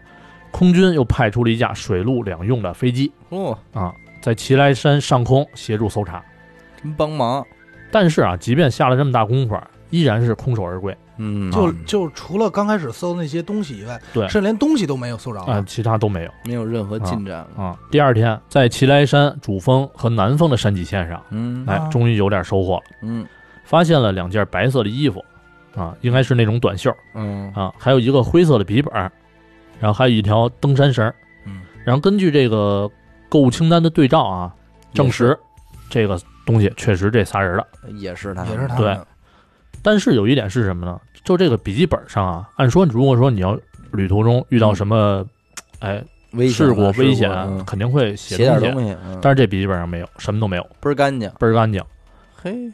空军又派出了一架水陆两用的飞机哦，啊，在祁来山上空协助搜查。真帮忙，但是啊，即便下了这么大功夫，依然是空手而归嗯就啊就除了刚开始搜的那些东西以外，对甚至连东西都没有搜着啊、。其他都没有没有任何进展了，啊。第二天，在祁来山主峰和南峰的山脊线上，嗯哎啊，终于有点收获了，嗯发现了两件白色的衣服啊，应该是那种短袖嗯啊，还有一个灰色的笔记本，然后还有一条登山绳。嗯，然后根据这个购物清单的对照啊，证实这个东西确实这仨人的。也是他，也是他对们但是有一点是什么呢？就这个笔记本上啊，按说如果说你要旅途中遇到什么，哎，危险事了故危险，嗯肯定会写写点东西。西，嗯但是这笔记本上没有，什么都没有，倍儿干净，倍儿干净。嘿，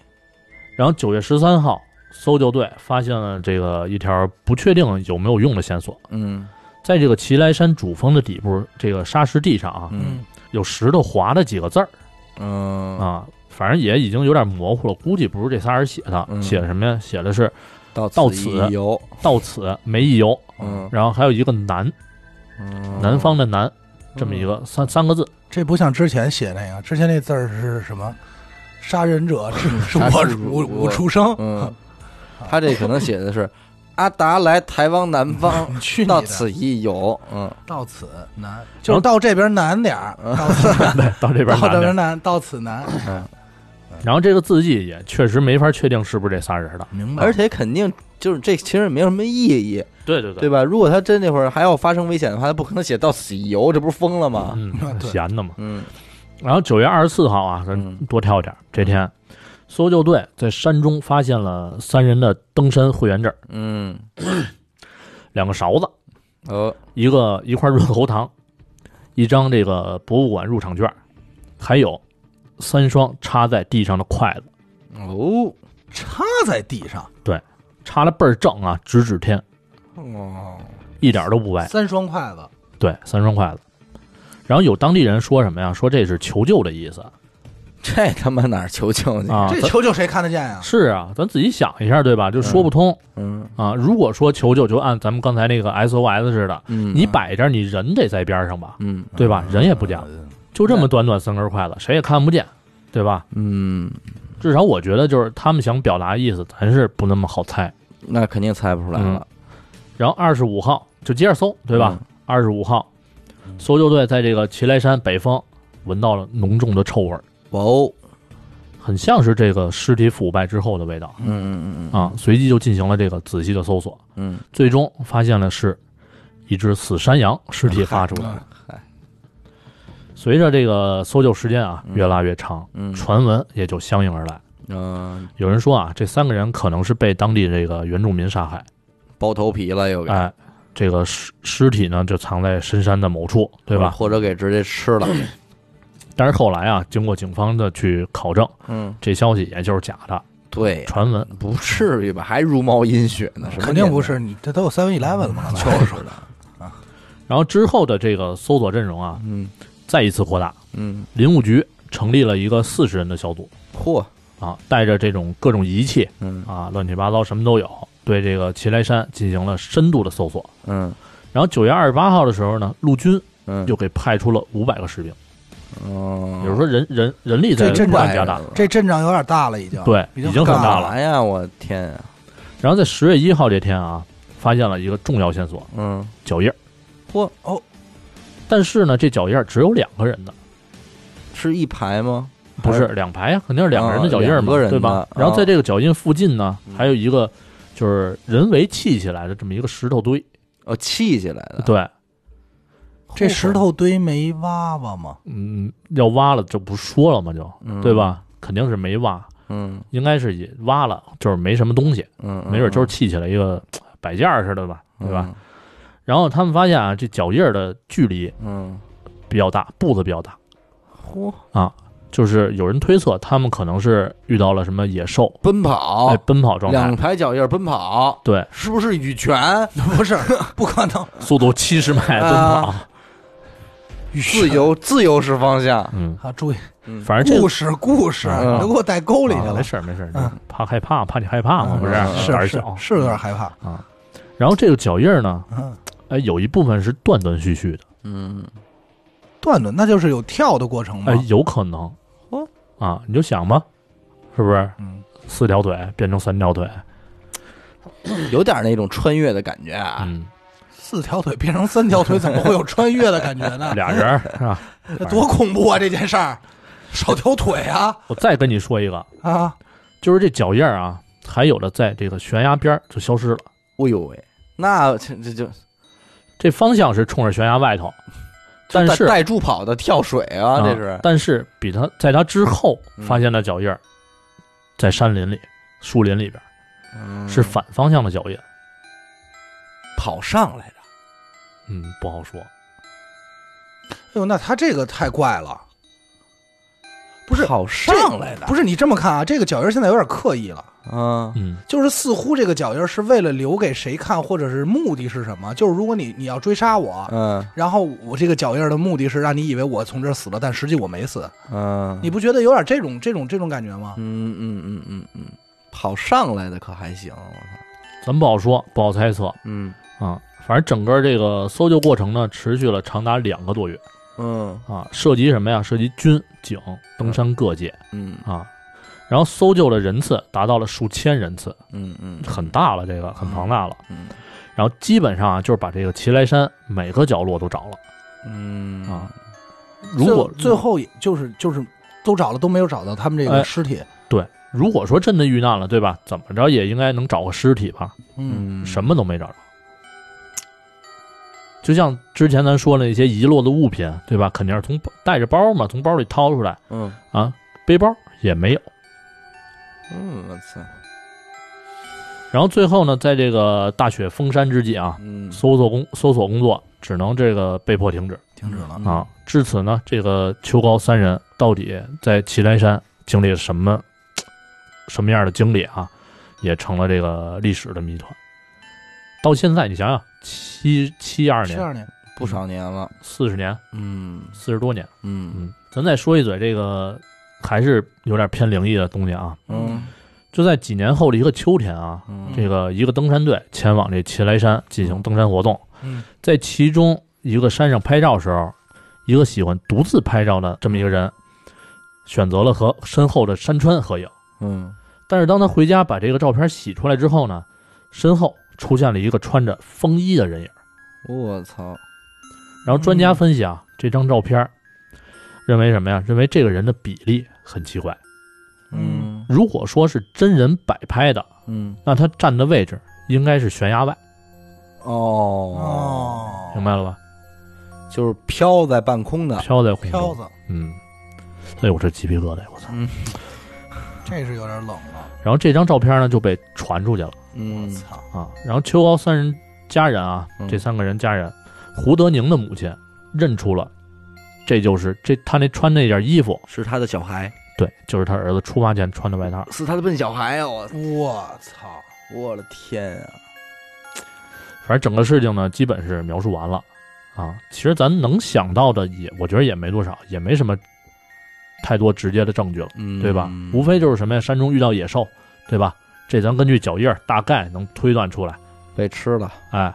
然后九月十三号，搜救队发现了这个一条不确定有没有用的线索，嗯在这个祁来山主峰的底部这个沙石地上啊，嗯嗯，有石头划的几个字儿。嗯，啊，反正也已经有点模糊了，估计不是这仨人写的，嗯写的什么呀？写的是到到此此一游，到此没一游，嗯，然后还有一个南，嗯南方的南，这么一个三三个字， 这不像之前写那个，之前那字儿是什么？杀人者是是杀我出我我我出生，嗯，他这可能写的是阿达来台湾南方，你去你到的！此一游，嗯到此难，就是到这边难点儿，到此对，到这哦到这边南边边。难，到此难，然后这个字迹也确实没法确定是不是这仨人的，明白？而且肯定就是这其实也没有什么意义，对对对，吧？如果他真那会儿还要发生危险的话，他不可能写到此一游，这不是疯了吗？ 嗯，对闲的嘛。嗯然后九月二十四号啊，咱嗯多跳一点，这天。搜救队在山中发现了三人的登山会员证，嗯，两个勺子，哦，一个一块润喉糖，一张这个博物馆入场券，还有三双插在地上的筷子，哦，插在地上，插的倍儿正啊，直指天，哦，一点都不歪。三双筷子，对，三双筷子。然后有当地人说什么呀？说这是求救的意思这他妈哪儿求救去？啊。这咱球球谁看得见呀？是啊，咱自己想一下，对吧？就说不通、嗯啊。如果说求救，就按咱们刚才那个 SOS 似的，嗯，你摆这儿，你人得在边上吧，嗯对吧？人也不讲，嗯就这么短短三根筷子，谁也看不见，对吧？嗯，至少我觉得就是他们想表达意思，咱是不那么好猜。那肯定猜不出来了，嗯然后二十五号就接着搜，嗯对吧？二十五号，嗯搜救队在这个祁来山北方闻到了浓重的臭味儿，嗯？哦，很像是这个尸体腐败之后的味道嗯嗯嗯啊。随即就进行了这个仔细的搜索，嗯最终 发现了是一只死山羊尸体发出来的嗨。随着这个搜救时间啊嗯越拉越长，嗯传闻也就相应而来。嗯，有人说啊，这三个人可能是被当地这个原住民杀害，包头皮了又给，哎，这个尸尸体呢就藏在深山的某处，对吧？或者给直接吃了，但是后来啊，经过警方的去考证，嗯，这消息也就是假的，对呀，传闻。不至于吧？还茹毛饮血呢？什么肯定不年是你，这都有 Seven Eleven 了 嘛，代，就是的，然后之后的这个搜索阵容啊，嗯再一次扩大，嗯，林务局成立了一个四十人的小组嚯，啊，带着这种各种仪器嗯啊，乱七八糟什么都有，对这个祁来山进行了深度的搜索。嗯然后九月二十八号的时候呢，陆军嗯，又给派出了五百个士兵，嗯，也就是说人人人力在哎这阵不仗断加大。这阵仗有点大了，已经对已经已经很很大干大了嘛呀？我天啊，然后在十月一号这天啊，发现了一个重要线索嗯， ——脚印儿。嚯，哦但是呢，这脚印儿只有两个人的，是一排吗？不是两排呀，肯定是两个人的脚印儿啊两嘛，个人的对吧啊？然后在这个脚印附近呢，嗯还有一个就是人为砌起来的这么一个石头堆，哦，砌起来的，对，这石，头堆没挖挖吗？嗯，要挖了就不说了嘛，就嗯对？吧？肯定是没挖，嗯应该是也挖了，就是没什么东西，嗯，嗯没准就是砌起来一个呃摆件儿似的吧，对嗯吧？？然后他们发现啊，这脚印儿的距离嗯，比较大，步子比较大，嗯嚯，就是有人推测他们可能是遇到了什么野兽，奔跑哦哎，，奔跑状两态，排脚印儿奔跑，对，是不是羽泉？不是，不可能，速度七十迈啊奔跑，自由自由式方向，嗯，啊！注意嗯反正这个故事故事，嗯你都给我带沟里去啊了没，事儿没事儿嗯，怕害怕，怕你害怕嘛，嗯不嗯是？胆是儿是小是有点害怕。啊。然后这个脚印儿呢，嗯，哎，有一部分是断断续续的，嗯，断断那就是有跳的过程吗哎？，有可能哦，啊，你就想吧，是不是嗯，四条腿变成三条腿？有点那种穿越的感觉啊，嗯，四条腿变成三条腿，怎么会有穿越的感觉呢？俩人儿是 吧？这多恐怖啊！这件事儿，少条腿啊我再跟你说一个，啊！就是这脚印儿啊，还有的在这个悬崖边儿就消失了，哎呦喂，那这这就这方向是冲着悬崖外头，但带是带助跑的跳水啊，这是嗯但是比他在他之后发现的脚印儿，在山林里、树林里边儿嗯是反方向的脚印，跑上来的，嗯，不好说。哎呦，那他这个太怪了。不是跑上来的，不是是你这么看啊，这个脚印现在有点刻意了，嗯嗯，就是似乎这个脚印是为了留给谁看，或者是目的是什么？就是如果你你要追杀我，嗯然后我这个脚印的目的是让你以为我从这儿死了，但实际我没死，嗯，你不觉得有点这种这种这种感觉吗？嗯嗯嗯嗯嗯，跑上来的可还行，我操，咱不好说，不好猜测嗯啊。反正整个这个搜救过程呢，持续了长达两个多月嗯啊，涉及什么呀？涉及军警、登山各界嗯啊。然后搜救的人次达到了数千人次，嗯嗯，很大了，这个很庞大了。嗯然后基本上啊，就是把这个祁来山每个角落都找了嗯啊。如果嗯最最后也就是就是都找了都没有找到他们这个哎尸体，如果说真的遇难了，对吧？怎么着也应该能找个尸体吧？嗯，嗯什么都没找着。就像之前咱说的那些遗落的物品，对吧？肯定是从包带着包嘛，从包里掏出来嗯啊，背包也没有。嗯，我操，然后最后呢，在这个大雪封山之际啊，嗯，搜索工搜索工作只能这个被迫停止停止了。嗯啊。至此呢，这个秋高三人到底在祁连山经历了什么什么样的经历啊，也成了这个历史的谜团。到现在，你想想，七七二七年，二年，不少年了，四十年，嗯四十多年。嗯嗯，咱再说一嘴这个，还是有点偏灵异的东西啊。嗯就在几年后的一个秋天啊，嗯，这个一个登山队前往这祁来山进行登山活动，嗯，在其中一个山上拍照时候，一个喜欢独自拍照的这么一个人，选择了和身后的山川合影。嗯但是当他回家把这个照片洗出来之后呢，身后出现了一个穿着风衣的人影。我操，然后专家分析啊，这张照片儿认为什么呀？认为这个人的比例很奇怪。嗯如果说是真人摆拍的，嗯那他站的位置应该是悬崖外，哦哦，明白了吧？就是飘在半空的，飘在空飘中，子，嗯，哎呦，我这鸡皮疙瘩，我操！这是有点冷了。然后这张照片呢就被传出去了我嗯操，啊。然后秋高三人家人啊，嗯这三个人家人，胡德宁的母亲认出了，这就是这他那穿那件衣服，是他的小孩，对，就是他儿子出发前穿的外套。是他的笨小孩啊！我我操，我的天啊！反正整个事情呢，基本是描述完了啊。其实咱能想到的也，我觉得也没多少，也没什么太多直接的证据了，嗯，对吧？无非就是什么呀，山中遇到野兽，对吧？这咱根据脚印儿大概能推断出来，被吃了。哎。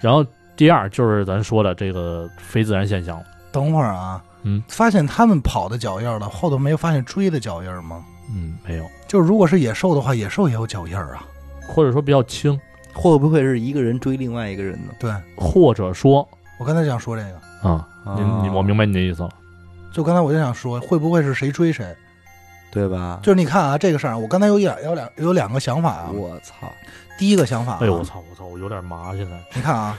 然后第二就是咱说的这个非自然现象了，等会儿啊，嗯，发现他们跑的脚印儿了，后头没有发现追的脚印儿吗？嗯，没有，就是如果是野兽的话，野兽也有脚印儿啊。或者说比较轻，会不会是一个人追另外一个人呢？对或者说我刚才想说这个，啊，您你我明白你的意思了，就刚才我就想说，会不会是谁追谁？对吧？就是你看啊，这个事儿啊，我刚才有两有两有两个想法啊。我操！第一个想法、啊，哎呦我操我操，我有点麻现在，你看啊，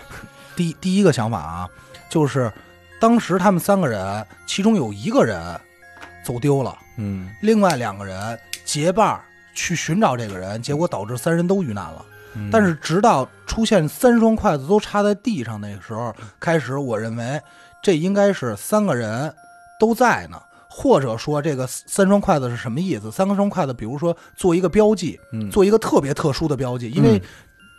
第第一个想法啊，就是当时他们三个人，其中有一个人走丢了，嗯另外两个人结伴儿去寻找这个人，结果导致三人都遇难了。嗯但是直到出现三双筷子都插在地上那个时嗯候，开始我认为这应该是三个人都在呢，或者说这个三双筷子是什么意思？三个双筷子，比如说做一个标记，嗯做一个特别特殊的标记，因为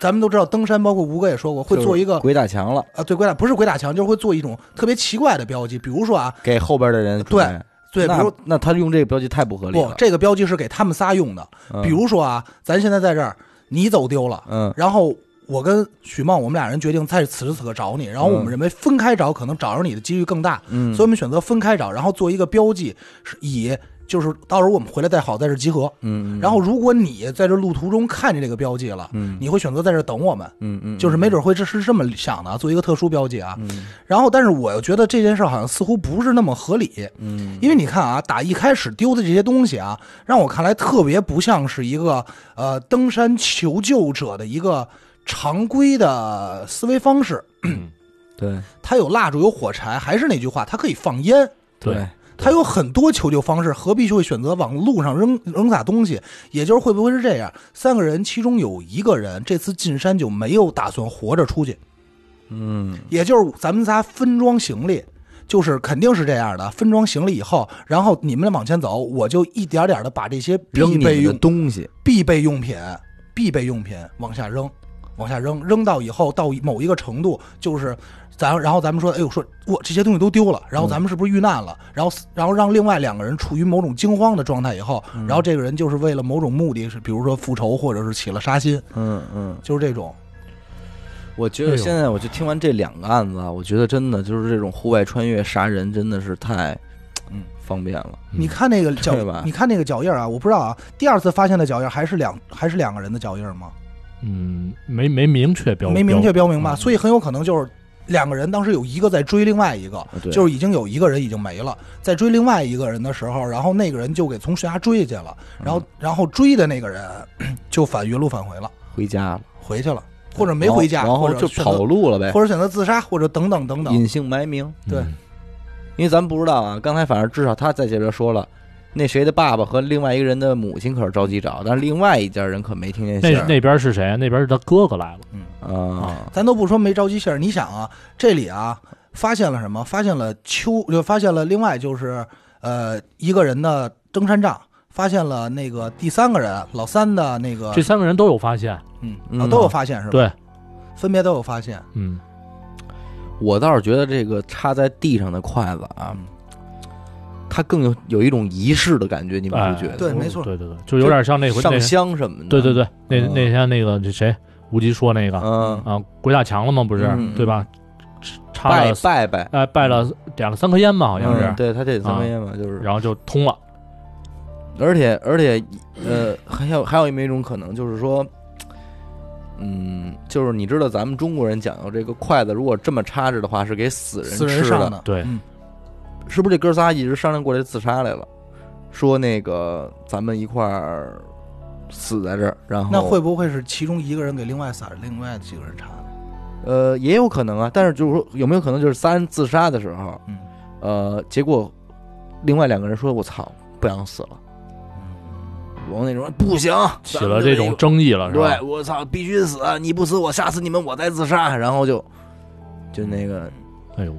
咱们都知道登山，包括吴哥也说过，会就是做一个鬼打墙了，啊，对鬼打不是鬼打墙，就是会做一种特别奇怪的标记，比如说啊，给后边的人对准备对，比那如那他用这个标记太不合理不了。这个标记是给他们仨用的，嗯比如说啊，咱现在在这儿，你走丢了，嗯然后我跟许梦，我们俩人决定在此时此刻找你。然后我们认为分开找可能找着你的几率更大，嗯，所以我们选择分开找，然后做一个标记，是以就是到时候我们回来再好在这集合。嗯嗯然后如果你在这路途中看见这个标记了，嗯你会选择在这等我们。嗯嗯就是没准会这是这么想的啊，做一个特殊标记啊。嗯然后，但是我又觉得这件事儿好像似乎不是那么合理，嗯因为你看啊，打一开始丢的这些东西啊，让我看来特别不像是一个呃登山求救者的一个常规的思维方式。对它有蜡烛，有火柴，还是那句话，它可以放烟，对，它有很多求救方式，何必就会选择往路上扔扔洒东西？也就是会不会是这样？三个人其中有一个人这次进山就没有打算活着出去，嗯也就是咱们仨分装行李，就是肯定是这样的。分装行李以后，然后你们往前走，我就一点点的把这些扔必你备们的用东西，必备用品、必备用品往下扔，往下扔，扔到以后到某一个程度，就是咱然后咱们说，哎呦，说我这些东西都丢了，嗯然后咱们是不是遇难了？然后然后让另外两个人处于某种惊慌的状态以后，嗯然后这个人就是为了某种目的，是比如说复仇或者是起了杀心，嗯嗯，就是这种。我觉哎得呦现在我就听完这两个案子啊，我觉得真的就是这种户外穿越杀人真的是太嗯方便了，嗯你看那个脚对吧，你看那个脚印儿啊，我不知道啊，第二次发现的脚印儿还是两还是两个人的脚印儿吗？嗯，没没明确标，没明确标明吧，嗯所以很有可能就是两个人当时有一个在追另外一个，啊对，就是是已经有一个人已经没了，在追另外一个人的时候，然后那个人就给从悬崖追下去了，然嗯后然后追的那个人 就返原路返回了，回家了，回去了，或者没回家，然后或然者后就选择跑，路了呗，或者选择自杀，或者等等等等。隐姓埋名，嗯对因为咱不知道啊，刚才反正至少他在这边说了。那谁的爸爸和另外一个人的母亲可是着急找，但是另外一家人可没听见信那儿那边是谁？那边是他哥哥来了，嗯，啊。咱都不说没着急信儿，你想啊，这里啊发现了什么？发现了秋，就发现了另外就是呃一个人的登山杖，发现了那个第三个人老三的那个这，三个人都有发现，嗯，嗯啊都有发现是吧？对，分别都有发现。嗯，我倒是觉得这个插在地上的筷子啊，嗯它更有有一种仪式的感觉，你们哎不觉得？对没错对对对，就有点像那回那上，香什么的，对对对，那嗯那天那个这谁无极说那个嗯，啊，鬼打墙了吗？不是嗯，对吧？插拜了拜拜，哎拜了点了三颗烟吧，好像嗯是，啊对他这三根烟嘛，就是，然后就通了，而且而且，呃，还有还有一没一种可能就是说，嗯，就是你知道咱们中国人讲究这个筷子，如果这么插着的话，是给死人死人吃上的，的，对嗯是不是？这哥仨一直商量过来自杀来了，说那个咱们一块儿死在这儿，然后那会不会是其中一个人给另外仨另外几个人查的？呃，也有可能啊，但是就是说，有没有可能就是三自杀的时候，嗯呃，结果另外两个人说：“我操，不想死了。”我那种不行，起咱了们这就种争议了，是吧对？我操，必须死！你不死，我杀死你们，我再自杀。然后就就那个，哎呦，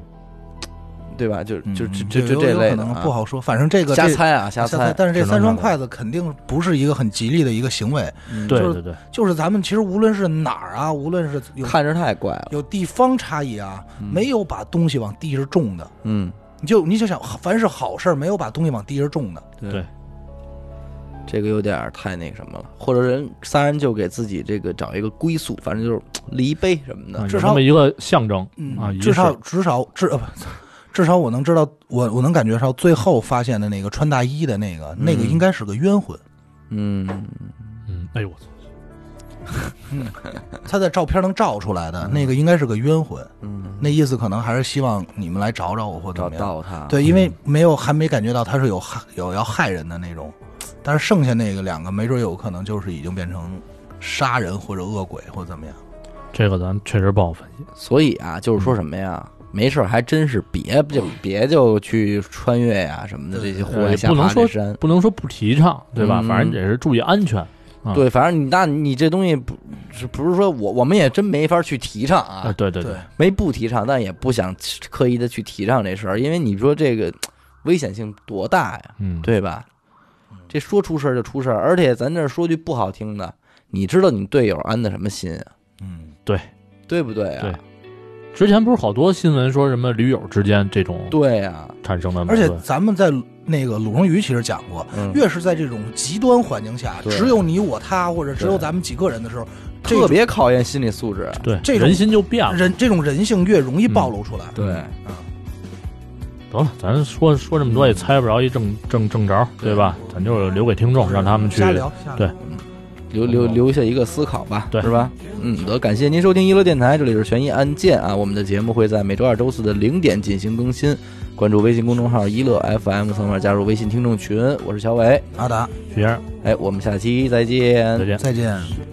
对吧？就就就嗯就就有这有类可的能啊，不好说，反正这个瞎这猜啊，瞎瞎猜。但是这只能三双瞎猜筷子肯定不是一个很吉利的一个行为。嗯对就是对对，就是咱们其实无论是哪儿啊，无论是有看着太怪了，有地方差异啊，嗯没有把东西往地上种的。嗯，你就你就想，凡是好事儿，没有把东西往地上种的。对，这个有点儿太那个什么了，或者人仨人就给自己这个找一个归宿，反正就是立碑什么的啊有，至那少么一个象征嗯，啊，仪至少式至少至呃不，至少我能知道，我我能感觉到最后发现的那个穿大衣的那个，那个嗯应该是个冤魂。嗯，嗯，哎呦我操，他在照片能照出来的那个应该是个冤魂，嗯那意思可能还是希望你们来找找我或怎找么样。到嗯他，，对，因为没有还没感觉到他是有害有要害人的那种，但是剩下那个两个没准有可能就是已经变成杀人或者恶鬼或怎么样。这个咱确实不好分析。所以啊，就是说什么呀？没事儿，还真是别就别就去穿越呀、什么的这些户呃外也下不能爬说这山，不能说不提倡，对吧？嗯反正也是注意安全。啊对，反正你那你这东西不是不是说我我们也真没法去提倡啊，啊，对对对，没不提倡，但也不想刻意的去提倡这事儿，因为你说这个危险性多大呀？嗯，对吧？这说出事儿就出事儿，而且咱这儿说句不好听的，你知道你队友安的什么心啊？嗯，对不对啊？之前不是好多新闻说什么驴友之间这种对啊呀，产生的矛而且盾，咱们在那个鲁荣鱼其实讲过，嗯，越是在这种极端环境下，对只有你我他或者只有对咱们几个人的时候，这特别考验心理素质。对这种人心就变了。人这种人性越容易暴露出来。嗯对，得了，咱说说这么多也猜不着一正正正着，对吧？咱就留给听众，让他们去嗯瞎聊，瞎聊对留留留下一个思考吧，对是吧？嗯，得感谢您收听娱乐电台，这里是悬疑案件啊，我们的节目会在每周二、周四的零点进行更新。关注微信公众号“一乐 FM”，扫码加入微信听众群。我是小伟，阿达，学生哎，我们下期再见再见。再见。